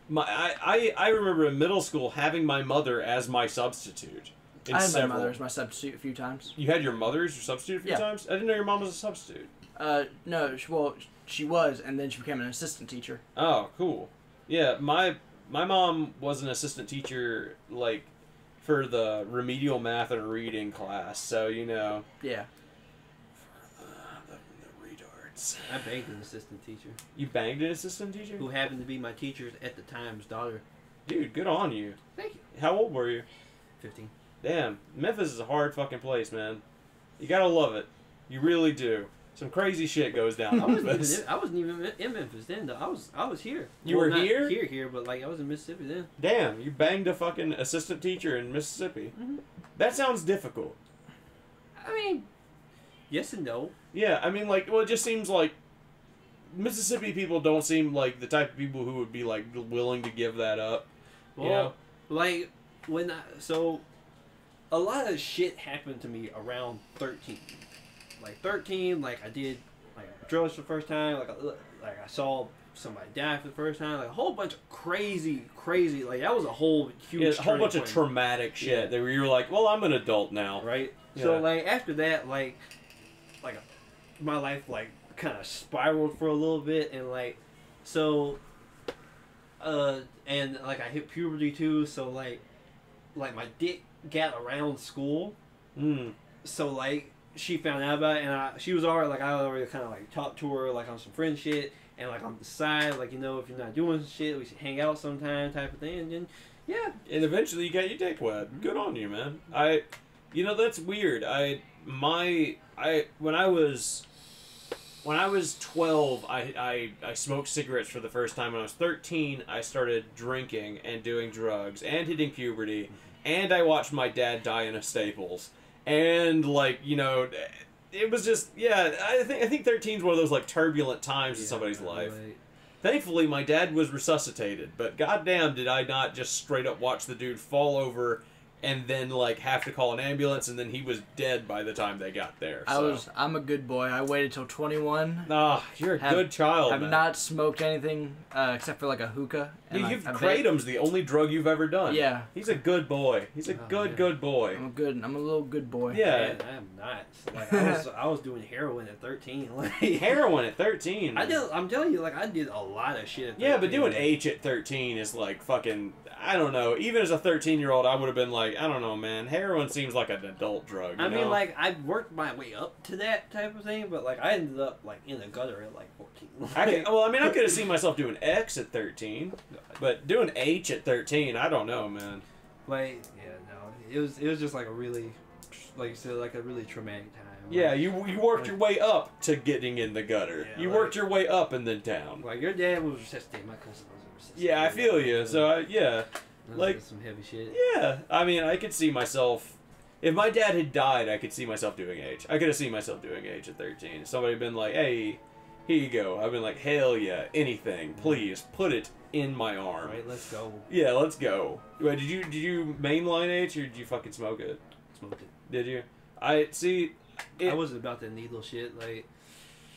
Speaker 1: my I, I I remember in middle school having my mother as my substitute. In
Speaker 2: I had
Speaker 1: several,
Speaker 2: my mother as my substitute a few times.
Speaker 1: you had your mother as your substitute a few
Speaker 2: Yeah.
Speaker 1: times? I didn't know your mom was a substitute.
Speaker 2: Uh, no, she, well she was, and then she became an assistant teacher.
Speaker 1: Oh, cool. Yeah, my my mom was an assistant teacher like for the remedial math and reading class, so you know
Speaker 2: Yeah.
Speaker 1: the, the retards.
Speaker 3: I banged an assistant teacher
Speaker 1: You banged an assistant teacher,
Speaker 3: who happened to be my teacher's at the time's daughter.
Speaker 1: dude. Good on you.
Speaker 3: Thank you.
Speaker 1: How old were you?
Speaker 3: Fifteen.
Speaker 1: Damn, Memphis is a hard fucking place, man. You gotta love it. You really do. Some crazy shit goes down
Speaker 3: I
Speaker 1: in
Speaker 3: wasn't,
Speaker 1: Memphis.
Speaker 3: even in, I wasn't even in Memphis then. Though. I was I was here.
Speaker 1: You were
Speaker 3: not
Speaker 1: here?
Speaker 3: Here, here, but like I was in Mississippi then.
Speaker 1: Damn, you banged a fucking assistant teacher in Mississippi.
Speaker 3: Mhm.
Speaker 1: That sounds difficult.
Speaker 3: I mean, yes and no.
Speaker 1: Yeah, I mean, like, well, it just seems like Mississippi people don't seem like the type of people who would be like willing to give that up.
Speaker 3: Well,
Speaker 1: Yeah.
Speaker 3: like when I so a lot of shit happened to me around thirteen. Like thirteen, like I did like drugs for the first time. Like I, like I saw somebody die for the first time. Like a whole bunch of crazy, crazy. Like that was a whole huge
Speaker 1: Yeah, a whole
Speaker 3: turning
Speaker 1: bunch of
Speaker 3: point.
Speaker 1: traumatic
Speaker 3: Yeah.
Speaker 1: shit that where you're like, well, I'm an adult now.
Speaker 3: right? So
Speaker 1: Yeah.
Speaker 3: like after that, like like my life like kind of spiraled for a little bit, and like so, uh, and like I hit puberty too, so like like my dick got around school,
Speaker 1: Mm.
Speaker 3: so like she found out about it, and I, she was already like I already kind of like talked to her like on some friend shit, and like on the side, like you know if you're not doing shit, we should hang out sometime type of thing, and then yeah,
Speaker 1: and eventually you got your dick wet. Good on you, man. I, you know, that's weird. I my I when I was when I was twelve, I I, I smoked cigarettes for the first time. When I was thirteen, I started drinking and doing drugs and hitting puberty, and I watched my dad die in a Staples, and like you know. It was just yeah. I think I think thirteen's one of those like turbulent times in somebody's
Speaker 3: Yeah,
Speaker 1: life.
Speaker 3: like-
Speaker 1: Thankfully, my dad was resuscitated, but goddamn, did I not just straight up watch the dude fall over and then like have to call an ambulance, and then he was dead by the time they got there.
Speaker 2: I
Speaker 1: so.
Speaker 2: was. I'm a good boy. I waited till 21.
Speaker 1: Ah, you're a
Speaker 2: Have-
Speaker 1: good child.
Speaker 2: I've
Speaker 1: man.
Speaker 2: not smoked anything uh, except for like a hookah.
Speaker 1: You,
Speaker 2: I-
Speaker 1: you've
Speaker 2: I bet-
Speaker 1: kratom's the only drug you've ever done.
Speaker 2: Yeah,
Speaker 1: He's a good boy. He's a
Speaker 3: Oh,
Speaker 1: good,
Speaker 3: man.
Speaker 1: good boy.
Speaker 2: I'm a good. I'm a little good boy.
Speaker 1: Yeah.
Speaker 3: Man, I am not. Like I was, I was doing heroin at thirteen. Like
Speaker 1: Heroin at 13.
Speaker 3: I
Speaker 1: man.
Speaker 3: did. I'm telling you, like I did a lot of shit. At
Speaker 1: Yeah, but
Speaker 3: 13.
Speaker 1: doing H at 13 is like fucking. I don't know. Even as a 13 year old, I would have been like, I don't know, man. Heroin seems like an adult drug. You
Speaker 3: I mean,
Speaker 1: know?
Speaker 3: like I worked my way up to that type of thing, but like I ended up like in the gutter at like fourteen.
Speaker 1: I oh, could, well, I mean, I could have seen myself doing X at 13, but doing H at 13, I don't know, man.
Speaker 3: like yeah, no, it was it was just like a really, like you said, like a really traumatic time. Like-
Speaker 1: Yeah, you you worked your way up to getting in the gutter.
Speaker 3: Yeah,
Speaker 1: you
Speaker 3: like-
Speaker 1: worked your way up and then down.
Speaker 3: Like your dad was resuscitated. My cousin was resuscitated.
Speaker 1: Yeah, I feel you. So I, yeah,
Speaker 3: Those
Speaker 1: like-
Speaker 3: are some heavy shit.
Speaker 1: yeah. I mean, I could see myself. If my dad had died, I could see myself doing H. I could have seen myself doing H at 13. If Somebody had been like, "Hey, here you go." I've been like, "Hell yeah, anything, please put it in my
Speaker 3: All
Speaker 1: arm."
Speaker 3: right, let's go.
Speaker 1: Yeah, let's go. Wait, did you did you mainline H or did you fucking smoke it?
Speaker 3: Smoked it.
Speaker 1: Did you? I see. It-
Speaker 3: I wasn't about that needle shit. Like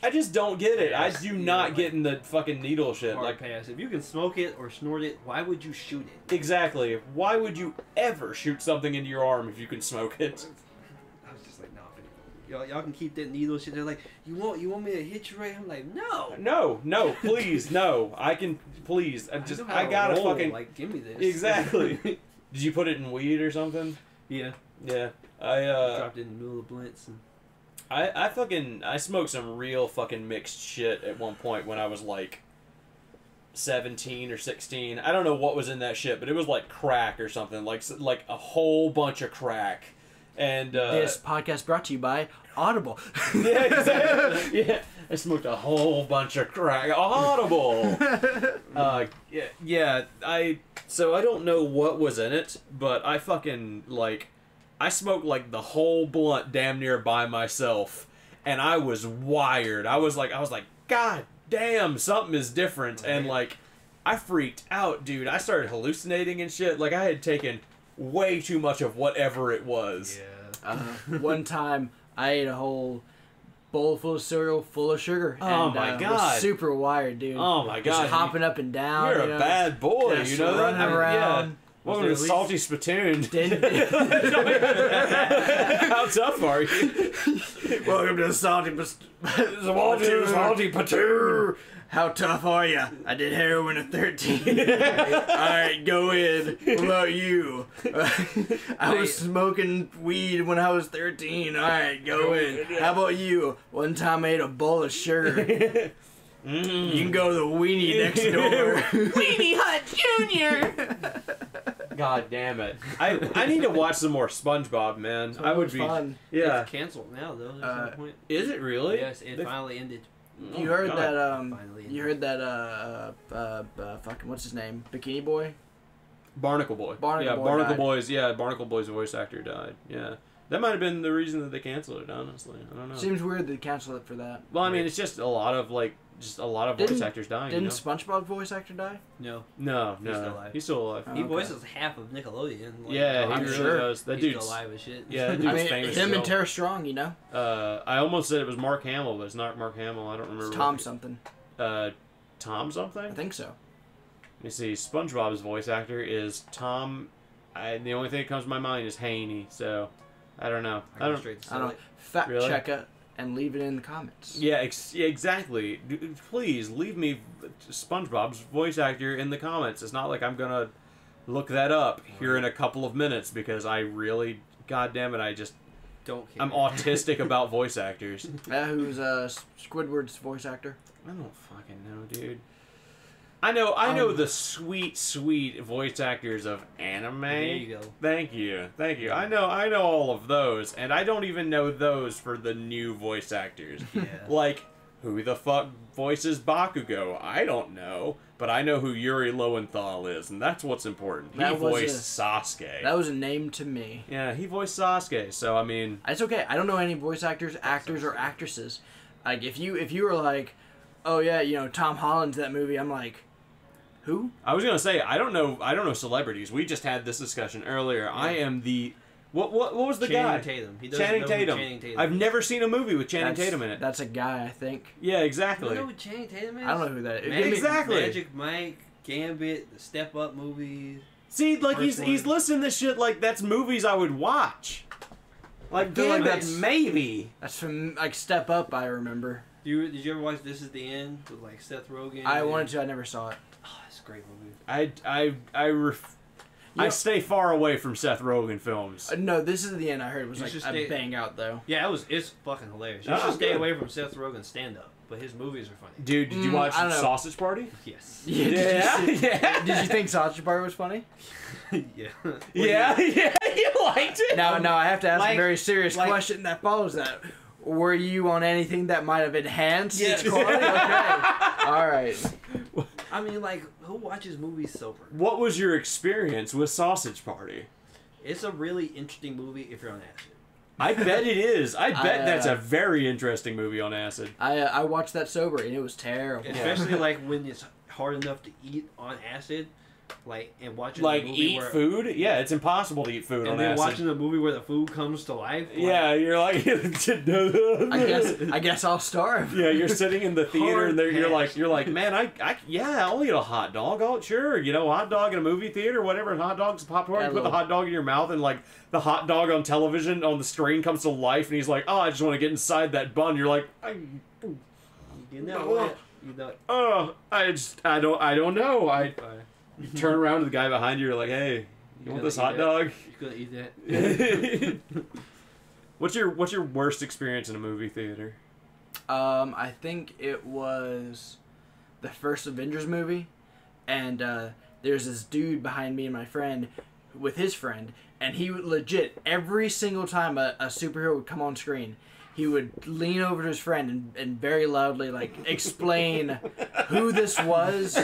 Speaker 1: I just don't get it. I do
Speaker 3: Yeah,
Speaker 1: not
Speaker 3: like-
Speaker 1: get in the fucking needle shit.
Speaker 3: hard
Speaker 1: Like
Speaker 3: pass. If you can smoke it or snort it, why would you shoot it?
Speaker 1: exactly. Why would you ever shoot something into your arm if you can smoke it?
Speaker 3: I was just like, nah, finna- y'all, y'all can keep that needle shit. They're like, you want you want me to hit you right? I'm like, no.
Speaker 1: No, no, please, no. I can please. I just
Speaker 3: know how
Speaker 1: I,
Speaker 3: to
Speaker 1: gotta
Speaker 3: roll,
Speaker 1: fucking.
Speaker 3: like, give me this.
Speaker 1: Exactly. Did you put it in weed or something?
Speaker 3: yeah.
Speaker 1: Yeah. I uh
Speaker 3: dropped it in the middle of blunts. And,
Speaker 1: I I fucking I smoked some real fucking mixed shit at one point when I was like. 17 or 16 i don't know what was in that shit but it was like crack or something like s- like a whole bunch of crack and uh
Speaker 2: This podcast brought to you by Audible.
Speaker 1: yeah, exactly. yeah, I smoked a whole bunch of crack. Audible. uh, yeah, yeah, I. So I don't know what was in it, but I fucking like, I smoked like the whole blunt damn near by myself, and I was wired. I was like, I was like, God damn, something is different, and like, I freaked out, dude. I started hallucinating and shit. Like I had taken way too much of whatever it was.
Speaker 2: uh,
Speaker 1: Uh-huh.
Speaker 2: one time, I ate a whole bowl full of cereal full of sugar.
Speaker 1: Oh
Speaker 2: and,
Speaker 1: my
Speaker 2: uh, was
Speaker 1: God.
Speaker 2: super wired, dude.
Speaker 1: Oh my god!
Speaker 2: Just hopping up and down.
Speaker 1: You're
Speaker 2: you
Speaker 1: a
Speaker 2: know,
Speaker 1: bad boy.
Speaker 2: just
Speaker 1: you know that.
Speaker 2: running
Speaker 1: I mean,
Speaker 2: around.
Speaker 1: Welcome to
Speaker 2: Was there at
Speaker 1: Salty Spittoon.
Speaker 2: Didn't-
Speaker 1: How tough are you?
Speaker 2: Welcome to Salty
Speaker 1: Salty, salty Spittoon.
Speaker 2: How tough are you? I did heroin at 13. Alright, go in. What about you? I was smoking weed when I was 13. Alright, go in. How about you? One time I ate a bowl of sugar.
Speaker 1: Mm-hmm.
Speaker 2: You can go to the weenie next door. weenie Hut Jr.
Speaker 1: God damn it! I I need to watch some more SpongeBob, man. I would be.
Speaker 2: fun.
Speaker 1: Yeah. oh,
Speaker 3: It's canceled now though. There's
Speaker 2: Uh,
Speaker 3: no point.
Speaker 1: Is it really?
Speaker 3: Yes, it
Speaker 1: They-
Speaker 3: finally ended.
Speaker 1: Oh,
Speaker 2: You heard
Speaker 1: God.
Speaker 2: that, um,
Speaker 3: Finally.
Speaker 2: you heard that, uh, uh, uh, fucking, what's his name? Bikini Boy?
Speaker 1: Barnacle Boy.
Speaker 2: Barnacle
Speaker 1: yeah,
Speaker 2: Boy
Speaker 1: Barnacle
Speaker 2: died.
Speaker 1: Boy's. Yeah, Barnacle Boy's voice actor died. Yeah, that might have been the reason that they canceled it. Honestly, I don't know.
Speaker 2: Seems weird they canceled it for that.
Speaker 1: well, I mean, it's just a lot of like, just a lot of voice
Speaker 2: Didn't-
Speaker 1: actors dying.
Speaker 2: Didn't
Speaker 1: you know?
Speaker 2: SpongeBob voice actor die?
Speaker 3: No,
Speaker 1: No, no,
Speaker 3: He's still alive.
Speaker 1: he's still alive.
Speaker 2: Oh,
Speaker 3: he
Speaker 2: okay.
Speaker 3: voices half of Nickelodeon. Like,
Speaker 1: yeah, he
Speaker 2: I'm
Speaker 1: really
Speaker 2: sure.
Speaker 1: does. That
Speaker 3: he's
Speaker 1: dude's.
Speaker 3: still alive as shit.
Speaker 1: yeah, that
Speaker 2: I
Speaker 1: dude's
Speaker 2: mean,
Speaker 1: famous as
Speaker 2: him and
Speaker 1: hell.
Speaker 2: Tara Strong, you know,
Speaker 1: Uh, I almost said it was Mark Hamill, but it's not Mark Hamill. I don't remember. what-
Speaker 2: it's Tom something.
Speaker 1: Uh, Tom something.
Speaker 2: I think so.
Speaker 1: Let me see. SpongeBob's voice actor is Tom. I, the only thing that comes to my mind is Haney. So, I don't know.
Speaker 3: I,
Speaker 1: I
Speaker 3: go
Speaker 1: don't.
Speaker 3: straight to
Speaker 2: I don't know.
Speaker 3: Sonic.
Speaker 2: Fact
Speaker 1: Really?
Speaker 2: check it and leave it in the comments.
Speaker 1: Yeah, ex- yeah, exactly. D- please leave me SpongeBob's voice actor in the comments. It's not like I'm gonna look that up here in a couple of minutes because I really, god damn it, I just
Speaker 3: Don't care.
Speaker 1: I'm autistic about voice actors.
Speaker 2: Uh, who's uh, Squidward's voice actor?
Speaker 1: I don't fucking know, dude. I know, I know
Speaker 2: Um,
Speaker 1: the sweet, sweet voice actors of anime.
Speaker 3: There you go.
Speaker 1: Thank you, thank you. I know, I know all of those, and I don't even know those for the new voice actors.
Speaker 3: Yeah.
Speaker 1: Like, who the fuck voices Bakugo? I don't know, but I know who Yuri Lowenthal is, and that's what's important. He
Speaker 2: That was
Speaker 1: voiced
Speaker 2: a-
Speaker 1: Sasuke.
Speaker 2: That was a name to me.
Speaker 1: yeah, he voiced Sasuke, so I mean,
Speaker 2: It's okay. I don't know any voice actors, actors, or actresses. Like if you if you were like, oh yeah, you know Tom Holland's that movie. I'm like, who?
Speaker 1: I was gonna say I don't know, I don't know celebrities. We just had this discussion earlier. I am the what? What? What was the
Speaker 3: Channing
Speaker 1: guy?
Speaker 3: Tatum. He doesn't
Speaker 1: Channing
Speaker 3: know who
Speaker 1: Tatum.
Speaker 3: Channing Tatum.
Speaker 1: I've never seen a movie with Channing
Speaker 2: That's,
Speaker 1: Tatum in it.
Speaker 2: That's a guy, I think.
Speaker 1: yeah,
Speaker 3: You don't
Speaker 1: exactly.
Speaker 3: know who Channing Tatum is?
Speaker 2: I don't know who that is.
Speaker 3: Magic,
Speaker 2: Give me-
Speaker 1: Exactly.
Speaker 3: Magic Mike, Gambit, the Step Up movies.
Speaker 1: See, like
Speaker 3: First
Speaker 1: he's he's
Speaker 3: one.
Speaker 1: listing this shit like that's movies I would watch. Like,
Speaker 2: Damn
Speaker 1: like
Speaker 2: it.
Speaker 1: that's maybe.
Speaker 2: That's from like Step Up. I remember.
Speaker 3: Do you, did you ever watch This Is the End with like Seth Rogen?
Speaker 2: I
Speaker 3: and-
Speaker 2: wanted to. I never saw it.
Speaker 3: Oh, it's a great movie.
Speaker 1: I I I ref- I
Speaker 2: Yeah.
Speaker 1: stay far away from Seth Rogen films.
Speaker 2: Uh, no, this is the end. I heard was
Speaker 3: You
Speaker 2: like
Speaker 3: should
Speaker 2: a
Speaker 3: stay-
Speaker 2: bang out though.
Speaker 3: Yeah, it was. It's fucking hilarious. You
Speaker 1: Oh,
Speaker 3: should stay
Speaker 1: good.
Speaker 3: away from Seth Rogen's stand up, but his movies are funny.
Speaker 1: Dude, did you
Speaker 2: Mm,
Speaker 1: watch
Speaker 2: I don't know.
Speaker 1: Sausage Party?
Speaker 3: Yes.
Speaker 2: Yeah. Did you see-
Speaker 1: yeah.
Speaker 2: Did you think Sausage Party was funny?
Speaker 3: yeah.
Speaker 1: yeah, yeah, you liked it.
Speaker 2: Now, now I have to ask
Speaker 3: Um, Like-
Speaker 2: a very serious
Speaker 3: like-
Speaker 2: question that follows that. Were you on anything that might have enhanced
Speaker 3: Yes.
Speaker 2: its quality? Okay. All right.
Speaker 3: I mean, like, who watches movies sober?
Speaker 1: What was your experience with Sausage Party?
Speaker 3: It's a really interesting movie if you're on acid.
Speaker 1: I bet it is. I bet
Speaker 2: uh,
Speaker 1: that's a very interesting movie on acid.
Speaker 2: I uh, I watched that sober and it was terrible.
Speaker 3: Especially like when it's hard enough to eat on acid, like and watching
Speaker 1: Like
Speaker 3: a movie
Speaker 1: eat
Speaker 3: where,
Speaker 1: food? Yeah, it's impossible to eat food
Speaker 3: and
Speaker 1: on
Speaker 3: then
Speaker 1: acid.
Speaker 3: watching a movie where the food comes to life. like,
Speaker 1: yeah, you're like
Speaker 2: I guess I guess I'll starve.
Speaker 1: Yeah, you're sitting in the theater and there you're like
Speaker 3: Hard
Speaker 1: you're like, man, I, I yeah, I'll eat a hot dog. Oh, sure, you know, hot dog in a movie theater, whatever. And hot dogs, popcorn.
Speaker 2: Yeah,
Speaker 1: You put the
Speaker 2: little-
Speaker 1: hot dog in your mouth and like the hot dog on television on the screen comes to life and he's like, oh, I just want to get inside that bun. You're like, I,
Speaker 3: You know what? You know.
Speaker 1: oh, I just I don't I don't know. I
Speaker 3: uh,
Speaker 1: you turn around to the guy behind you. You're like, hey, you want
Speaker 3: gonna
Speaker 1: this
Speaker 3: eat
Speaker 1: hot
Speaker 3: it?
Speaker 1: dog?
Speaker 3: You gonna eat that?
Speaker 1: what's your what's your worst experience in a movie theater?
Speaker 2: Um, I think it was the first Avengers movie, and uh, there's this dude behind me and my friend with his friend, and he would legit every single time a, a superhero would come on screen, he would lean over to his friend and, and very loudly like explain who this was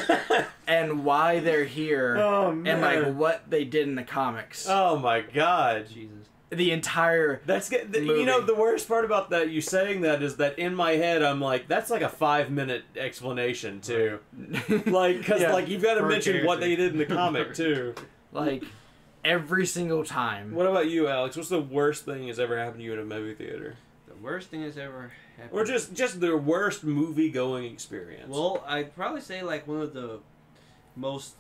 Speaker 2: and why they're here
Speaker 1: Oh
Speaker 2: and like what they did in the comics.
Speaker 1: oh my god.
Speaker 3: Jesus.
Speaker 2: the entire
Speaker 1: That's good. th- You know
Speaker 2: movie.
Speaker 1: the worst part about that you saying that is that in my head I'm like that's like a five minute explanation too, like because
Speaker 2: Yeah.
Speaker 1: like you've got to
Speaker 3: Per
Speaker 1: mention what
Speaker 3: character.
Speaker 1: they did in the comic too.
Speaker 2: like every single time.
Speaker 1: What about you, Alex? What's the worst thing that's ever happened to you in a movie theater,
Speaker 3: The worst thing that's ever happened.
Speaker 1: or just just the worst movie going experience?
Speaker 3: Well, I'd probably say like one of the most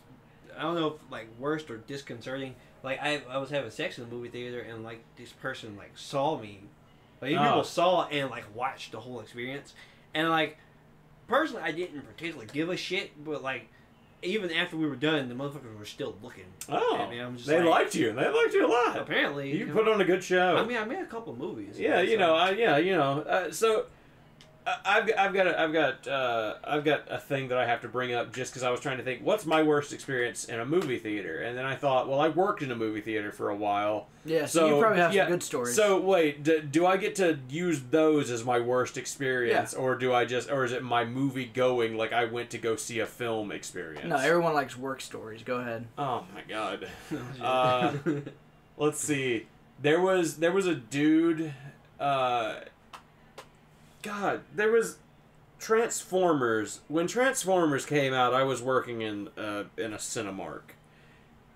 Speaker 3: I don't know if like worst or disconcerting. Like I, I was having sex in the movie theater and like this person like saw me, like
Speaker 1: Oh.
Speaker 3: people saw and like watched the whole experience, and like personally I didn't particularly give a shit, but like even after we were done, the motherfuckers were still looking.
Speaker 1: Oh,
Speaker 3: at me. I'm just
Speaker 1: they
Speaker 3: like-
Speaker 1: liked you. They liked you a lot.
Speaker 3: Apparently,
Speaker 1: You put on a good show.
Speaker 3: I mean, I made a couple movies.
Speaker 1: yeah,
Speaker 3: but,
Speaker 1: you
Speaker 3: so-
Speaker 1: know, I, yeah, you know. Uh, so, I- I've got- I've got a, I've got uh, I've got a thing that I have to bring up just because I was trying to think what's my worst experience in a movie theater, and then I thought, well, I worked in a movie theater for a while.
Speaker 2: Yeah, so, you probably have some good stories.
Speaker 1: So wait, d- do I get to use those as my worst experience, or do I just, or is it my movie going like I went to go see a film experience?
Speaker 2: no, everyone likes work stories. Go ahead.
Speaker 1: oh my god.
Speaker 2: Oh,
Speaker 3: Uh,
Speaker 1: Let's see. There was there was a dude. Uh, God, there was Transformers. When Transformers came out, I was working in uh, in a Cinemark,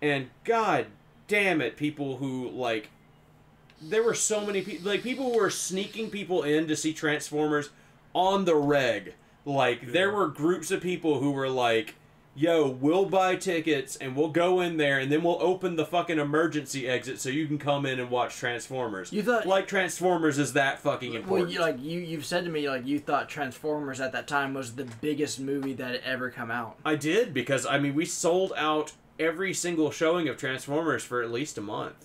Speaker 1: and God damn it, people who like. There were so many people, like people were sneaking people in to see Transformers on the reg. Like there were groups of people who were like, yo, we'll buy tickets and we'll go in there and then we'll open the fucking emergency exit so you can come in and watch Transformers.
Speaker 2: You thought-
Speaker 1: like Transformers is that fucking important?
Speaker 2: Well, you, like you, you've said to me, like you thought Transformers at that time was the biggest movie that had ever come out.
Speaker 1: I did because I mean we sold out every single showing of Transformers for at least a month.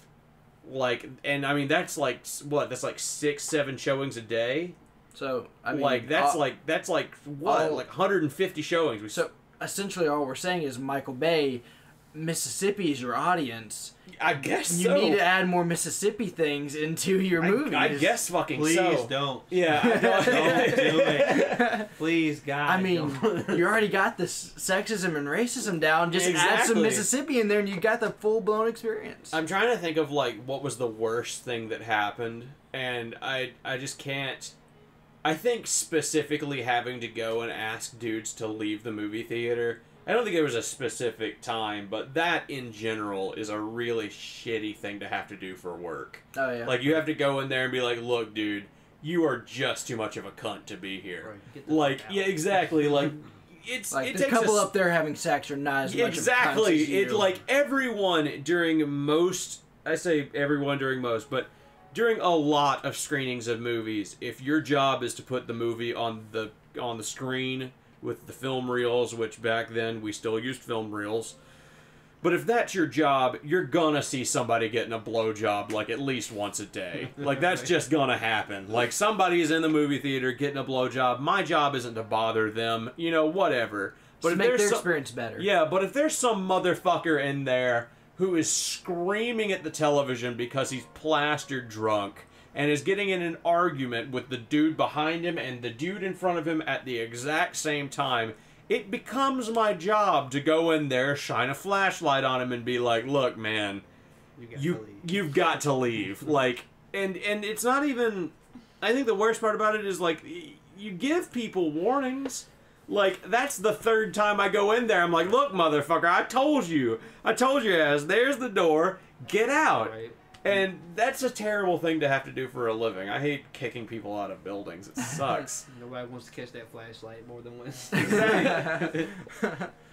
Speaker 1: Like, and I mean that's like s- what? That's like six, seven showings a day.
Speaker 2: So I mean,
Speaker 1: like that's
Speaker 2: all-
Speaker 1: like that's like what?
Speaker 2: all-
Speaker 1: like 150 showings. We
Speaker 2: so. Essentially, all we're saying is Michael Bay, Mississippi is your audience.
Speaker 1: I guess
Speaker 2: You
Speaker 1: so.
Speaker 2: need to add more Mississippi things into your
Speaker 1: I-
Speaker 2: movies.
Speaker 1: I, guess fucking
Speaker 3: please
Speaker 1: so.
Speaker 3: don't.
Speaker 1: Yeah. I know.
Speaker 3: Don't do it. Please, God.
Speaker 2: I mean,
Speaker 3: don't.
Speaker 2: you already got this sexism and racism down. Just add
Speaker 1: Exactly.
Speaker 2: some Mississippi in there, and you got the full blown experience.
Speaker 1: I'm trying to think of like what was the worst thing that happened, and I I just can't. I think specifically having to go and ask dudes to leave the movie theater. I don't think there was a specific time, but that in general is a really shitty thing to have to do for work.
Speaker 2: oh yeah.
Speaker 1: Like you have to go in there and be like, "Look, dude, you are just too much of a cunt to be here."
Speaker 3: Right, get the
Speaker 1: Like,
Speaker 3: fuck out.
Speaker 1: yeah, exactly. Like, it's
Speaker 2: Like
Speaker 1: it
Speaker 2: the
Speaker 1: takes
Speaker 2: couple
Speaker 1: a,
Speaker 2: up there having sex are not as much Of a
Speaker 1: exactly
Speaker 2: cunt as you.
Speaker 1: it like everyone during most i say everyone during most but during a lot of screenings of movies if your job is to put the movie on the on the screen with the film reels which back then we still used film reels but if that's your job, you're gonna see somebody getting a blowjob like at least once a day. Like that's just gonna happen. Like somebody's in the movie theater getting a blowjob. My job isn't to bother them, you know, whatever. But
Speaker 2: to
Speaker 1: if
Speaker 2: make
Speaker 1: there's
Speaker 2: their
Speaker 1: some-
Speaker 2: experience better.
Speaker 1: yeah, but if there's some motherfucker in there who is screaming at the television because he's plastered drunk and is getting in an argument with the dude behind him and the dude in front of him at the exact same time, it becomes my job to go in there, shine a flashlight on him, and be like, look, man,
Speaker 3: got
Speaker 1: you
Speaker 3: Ellie.
Speaker 1: you've got to leave like and and it's not even i think the worst part about it is like y- you give people warnings like that's the third time i go in there i'm like look motherfucker i told you i told you as there's the door get out
Speaker 3: Right.
Speaker 1: and that's a terrible thing to have to do for a living i hate kicking people out of buildings it sucks
Speaker 3: Nobody wants to catch that flashlight more than once.
Speaker 1: Exactly.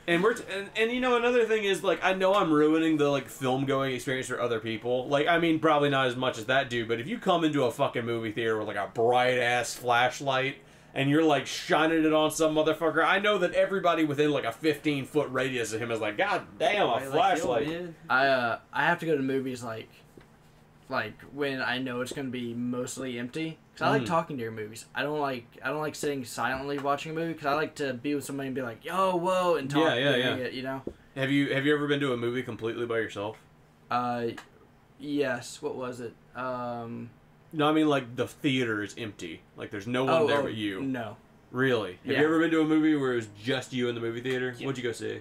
Speaker 1: And we're t- and, and you know another thing is like I know I'm ruining the like film going experience for other people. Like I mean probably not as much as that dude, but if you come into a fucking movie theater with like a bright ass flashlight and you're like shining it on some motherfucker, I know that everybody within like a 15 foot radius of him is like, God damn, a
Speaker 3: Like, yo,
Speaker 1: flashlight.
Speaker 3: man.
Speaker 2: I uh, I have to go to movies like, like when I know it's gonna be mostly empty. Cause I like
Speaker 1: Mhm.
Speaker 2: talking during movies. I don't like I don't like sitting silently watching a movie. Cause I like to be with somebody and be like, yo, whoa, and talk.
Speaker 1: Yeah, yeah,
Speaker 2: during
Speaker 1: yeah.
Speaker 2: It, you know.
Speaker 1: have you have you ever been to a movie completely by yourself?
Speaker 2: Uh, yes. What was it? Um.
Speaker 1: No, I mean like the theater is empty. Like there's no one
Speaker 2: oh,
Speaker 1: there
Speaker 2: oh,
Speaker 1: but you.
Speaker 2: No.
Speaker 1: Really? Have
Speaker 2: Yeah.
Speaker 1: you ever been to a movie where it was just you in the movie theater?
Speaker 3: Yeah.
Speaker 1: What'd you go see?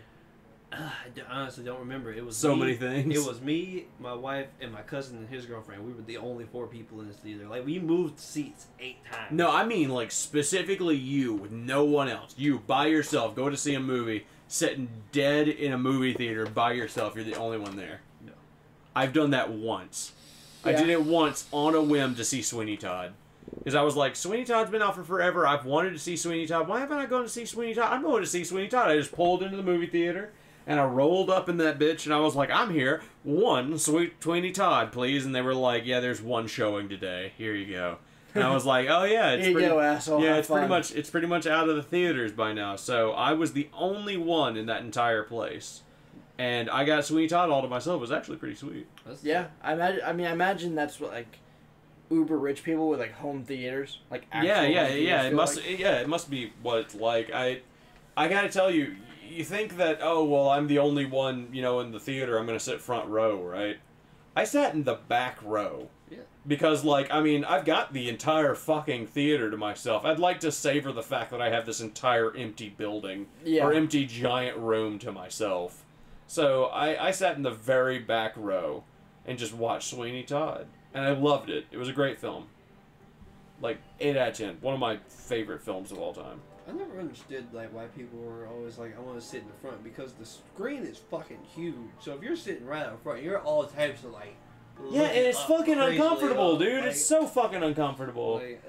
Speaker 3: Uh, I d- honestly don't remember. It was
Speaker 1: So
Speaker 3: me-
Speaker 1: many things.
Speaker 3: It was me, my wife, and my cousin and his girlfriend. We were the only four people in this theater. Like we moved seats eight times.
Speaker 1: No, I mean like specifically you with no one else. You by yourself go to see a movie, sitting dead in a movie theater by yourself. You're the only one there.
Speaker 3: No.
Speaker 1: I've done that once. I
Speaker 2: Yeah.
Speaker 1: did it once on a whim to see Sweeney Todd. Because I was like, Sweeney Todd's been out for forever. I've wanted to see Sweeney Todd. Why haven't I gone to see Sweeney Todd? I'm going to see Sweeney Todd. I just pulled into the movie theater. and I rolled up in that bitch, and I was like, "I'm here, one sweet Tweeny Todd, please." And they were like, "Yeah, there's one showing today. Here you go." And I was like, "Oh yeah, it's
Speaker 2: Here you
Speaker 1: pretty,
Speaker 2: go, asshole.
Speaker 1: yeah,
Speaker 2: Have
Speaker 1: it's pretty
Speaker 2: fun."
Speaker 1: much it's pretty much out of the theaters by now." So I was the only one in that entire place, and I got Sweeney Todd all to myself. It was actually pretty sweet.
Speaker 3: That's-
Speaker 2: Yeah, I imagine. I mean, I imagine that's what like uber rich people with like home theaters, like actual
Speaker 1: yeah,
Speaker 2: home
Speaker 1: yeah,
Speaker 2: theaters
Speaker 1: yeah. It
Speaker 2: feel
Speaker 1: must,
Speaker 2: like.
Speaker 1: yeah, it must be what it's like. I, I gotta tell you, you think that oh well, I'm the only one, you know, in the theater. I'm gonna sit front row, right? I sat in the back row.
Speaker 3: Yeah.
Speaker 1: Because like I mean, I've got the entire fucking theater to myself. I'd like to savor the fact that I have this entire empty building
Speaker 2: Yeah.
Speaker 1: or empty giant room to myself. So I, I sat in the very back row and just watched Sweeney Todd. And I loved it. It was a great film. Like, 8 out of 10. One of my favorite films of all time.
Speaker 3: I never understood like why people were always like, I want to sit in the front because the screen is fucking huge. So if you're sitting right up front, you're all types of like.
Speaker 1: Yeah, and
Speaker 3: looking
Speaker 1: it's
Speaker 3: up,
Speaker 1: fucking
Speaker 3: uh, crazily
Speaker 1: uncomfortable,
Speaker 3: up,
Speaker 1: dude.
Speaker 3: like-
Speaker 1: it's so fucking uncomfortable. Like,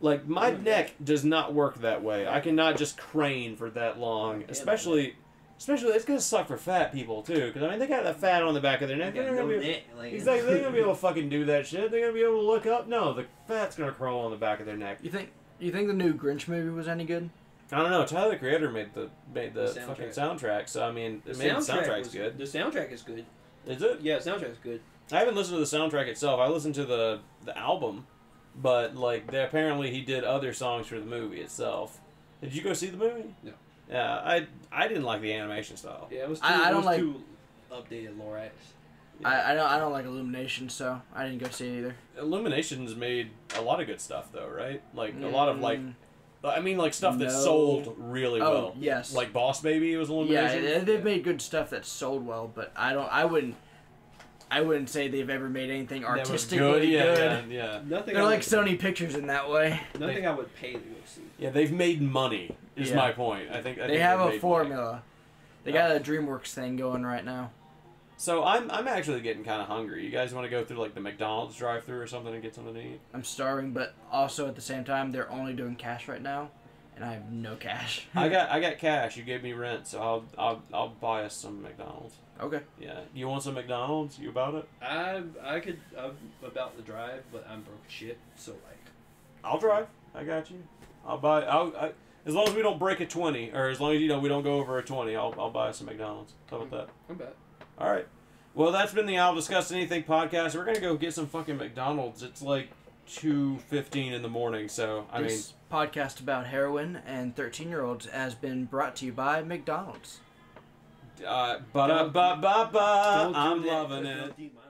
Speaker 3: like, ugh.
Speaker 1: my
Speaker 3: Mm.
Speaker 1: neck does not work that way. I cannot just crane for that long.
Speaker 3: Yeah,
Speaker 1: Especially, especially, it's gonna suck for fat people, too. Because, I mean, they got that fat on the back of their neck.
Speaker 3: You
Speaker 1: They're
Speaker 3: got
Speaker 1: not
Speaker 3: no
Speaker 1: gonna be-
Speaker 3: neck, like-
Speaker 1: Exactly. They're gonna be able to fucking do that shit. They're gonna be able to look up. No, the fat's gonna crawl on the back of their neck.
Speaker 2: You think you think the new Grinch movie was any good?
Speaker 1: I don't know. Tyler the Creator made the made the,
Speaker 3: The soundtrack.
Speaker 1: fucking soundtrack, so I mean, it made the soundtrack's
Speaker 3: was-
Speaker 1: good.
Speaker 3: The soundtrack is good.
Speaker 1: Is it?
Speaker 3: Yeah, the soundtrack's good.
Speaker 1: I haven't listened to the soundtrack itself. I listened to the the album, but like they, apparently he did other songs for the movie itself. Did you go see the movie?
Speaker 3: No.
Speaker 1: Yeah, I I didn't like the animation style.
Speaker 3: Yeah, it was. Too,
Speaker 2: I- I
Speaker 3: it
Speaker 2: don't
Speaker 3: was
Speaker 2: like-
Speaker 3: too updated Lorax.
Speaker 2: I, I don't I don't like Illumination, so I didn't go see it either.
Speaker 1: Illuminations made a lot of good stuff though, right? Like a lot of like
Speaker 2: Mm,
Speaker 1: I mean like stuff that
Speaker 2: No.
Speaker 1: sold really
Speaker 2: Oh,
Speaker 1: well.
Speaker 2: yes.
Speaker 1: Like Boss Baby was
Speaker 2: yeah,
Speaker 1: Illumination.
Speaker 2: they- they've made good stuff that sold well, but I don't I wouldn't I wouldn't say they've ever made anything
Speaker 1: That was
Speaker 2: artistically
Speaker 1: good.
Speaker 2: good.
Speaker 1: Yeah, yeah, yeah.
Speaker 3: Nothing. I
Speaker 2: They're like
Speaker 3: would-
Speaker 2: Sony Pictures in that way.
Speaker 3: nothing I would pay to go see.
Speaker 1: Yeah, they've made money. Is
Speaker 2: Yeah.
Speaker 1: my point. I think I
Speaker 2: They
Speaker 1: think
Speaker 2: have
Speaker 1: they've made
Speaker 2: a
Speaker 1: money.
Speaker 2: formula. They got a DreamWorks thing going right now.
Speaker 1: So I'm I'm actually getting kind of hungry. You guys want to go through like the McDonald's drive-through or something and get something to eat?
Speaker 2: I'm starving, but also at the same time, they're only doing cash right now, and I have no cash.
Speaker 1: I got I got cash. You gave me rent, so I'll I'll, I'll buy us some McDonald's.
Speaker 2: okay.
Speaker 1: Yeah, you want some McDonald's? You about it?
Speaker 3: I I could I'm about to drive, but I'm broke as shit. So like,
Speaker 1: I'll drive. I got you. I'll buy. I'll, I, as long as we don't break a twenty, or as long as you know we don't go over a twenty, I'll I'll buy us some McDonald's. How about that?
Speaker 3: I'm back.
Speaker 1: All right. Well, that's been the I'll discuss anything podcast. We're gonna go get some fucking McDonald's. It's like two fifteen in the morning, so I mean.
Speaker 2: this podcast about heroin and 13 year olds has been brought to you by McDonald's.
Speaker 1: Uh, ba ba ba ba.
Speaker 3: Don't do
Speaker 1: I'm
Speaker 3: that.
Speaker 1: Uh, loving it.
Speaker 3: Don't do my-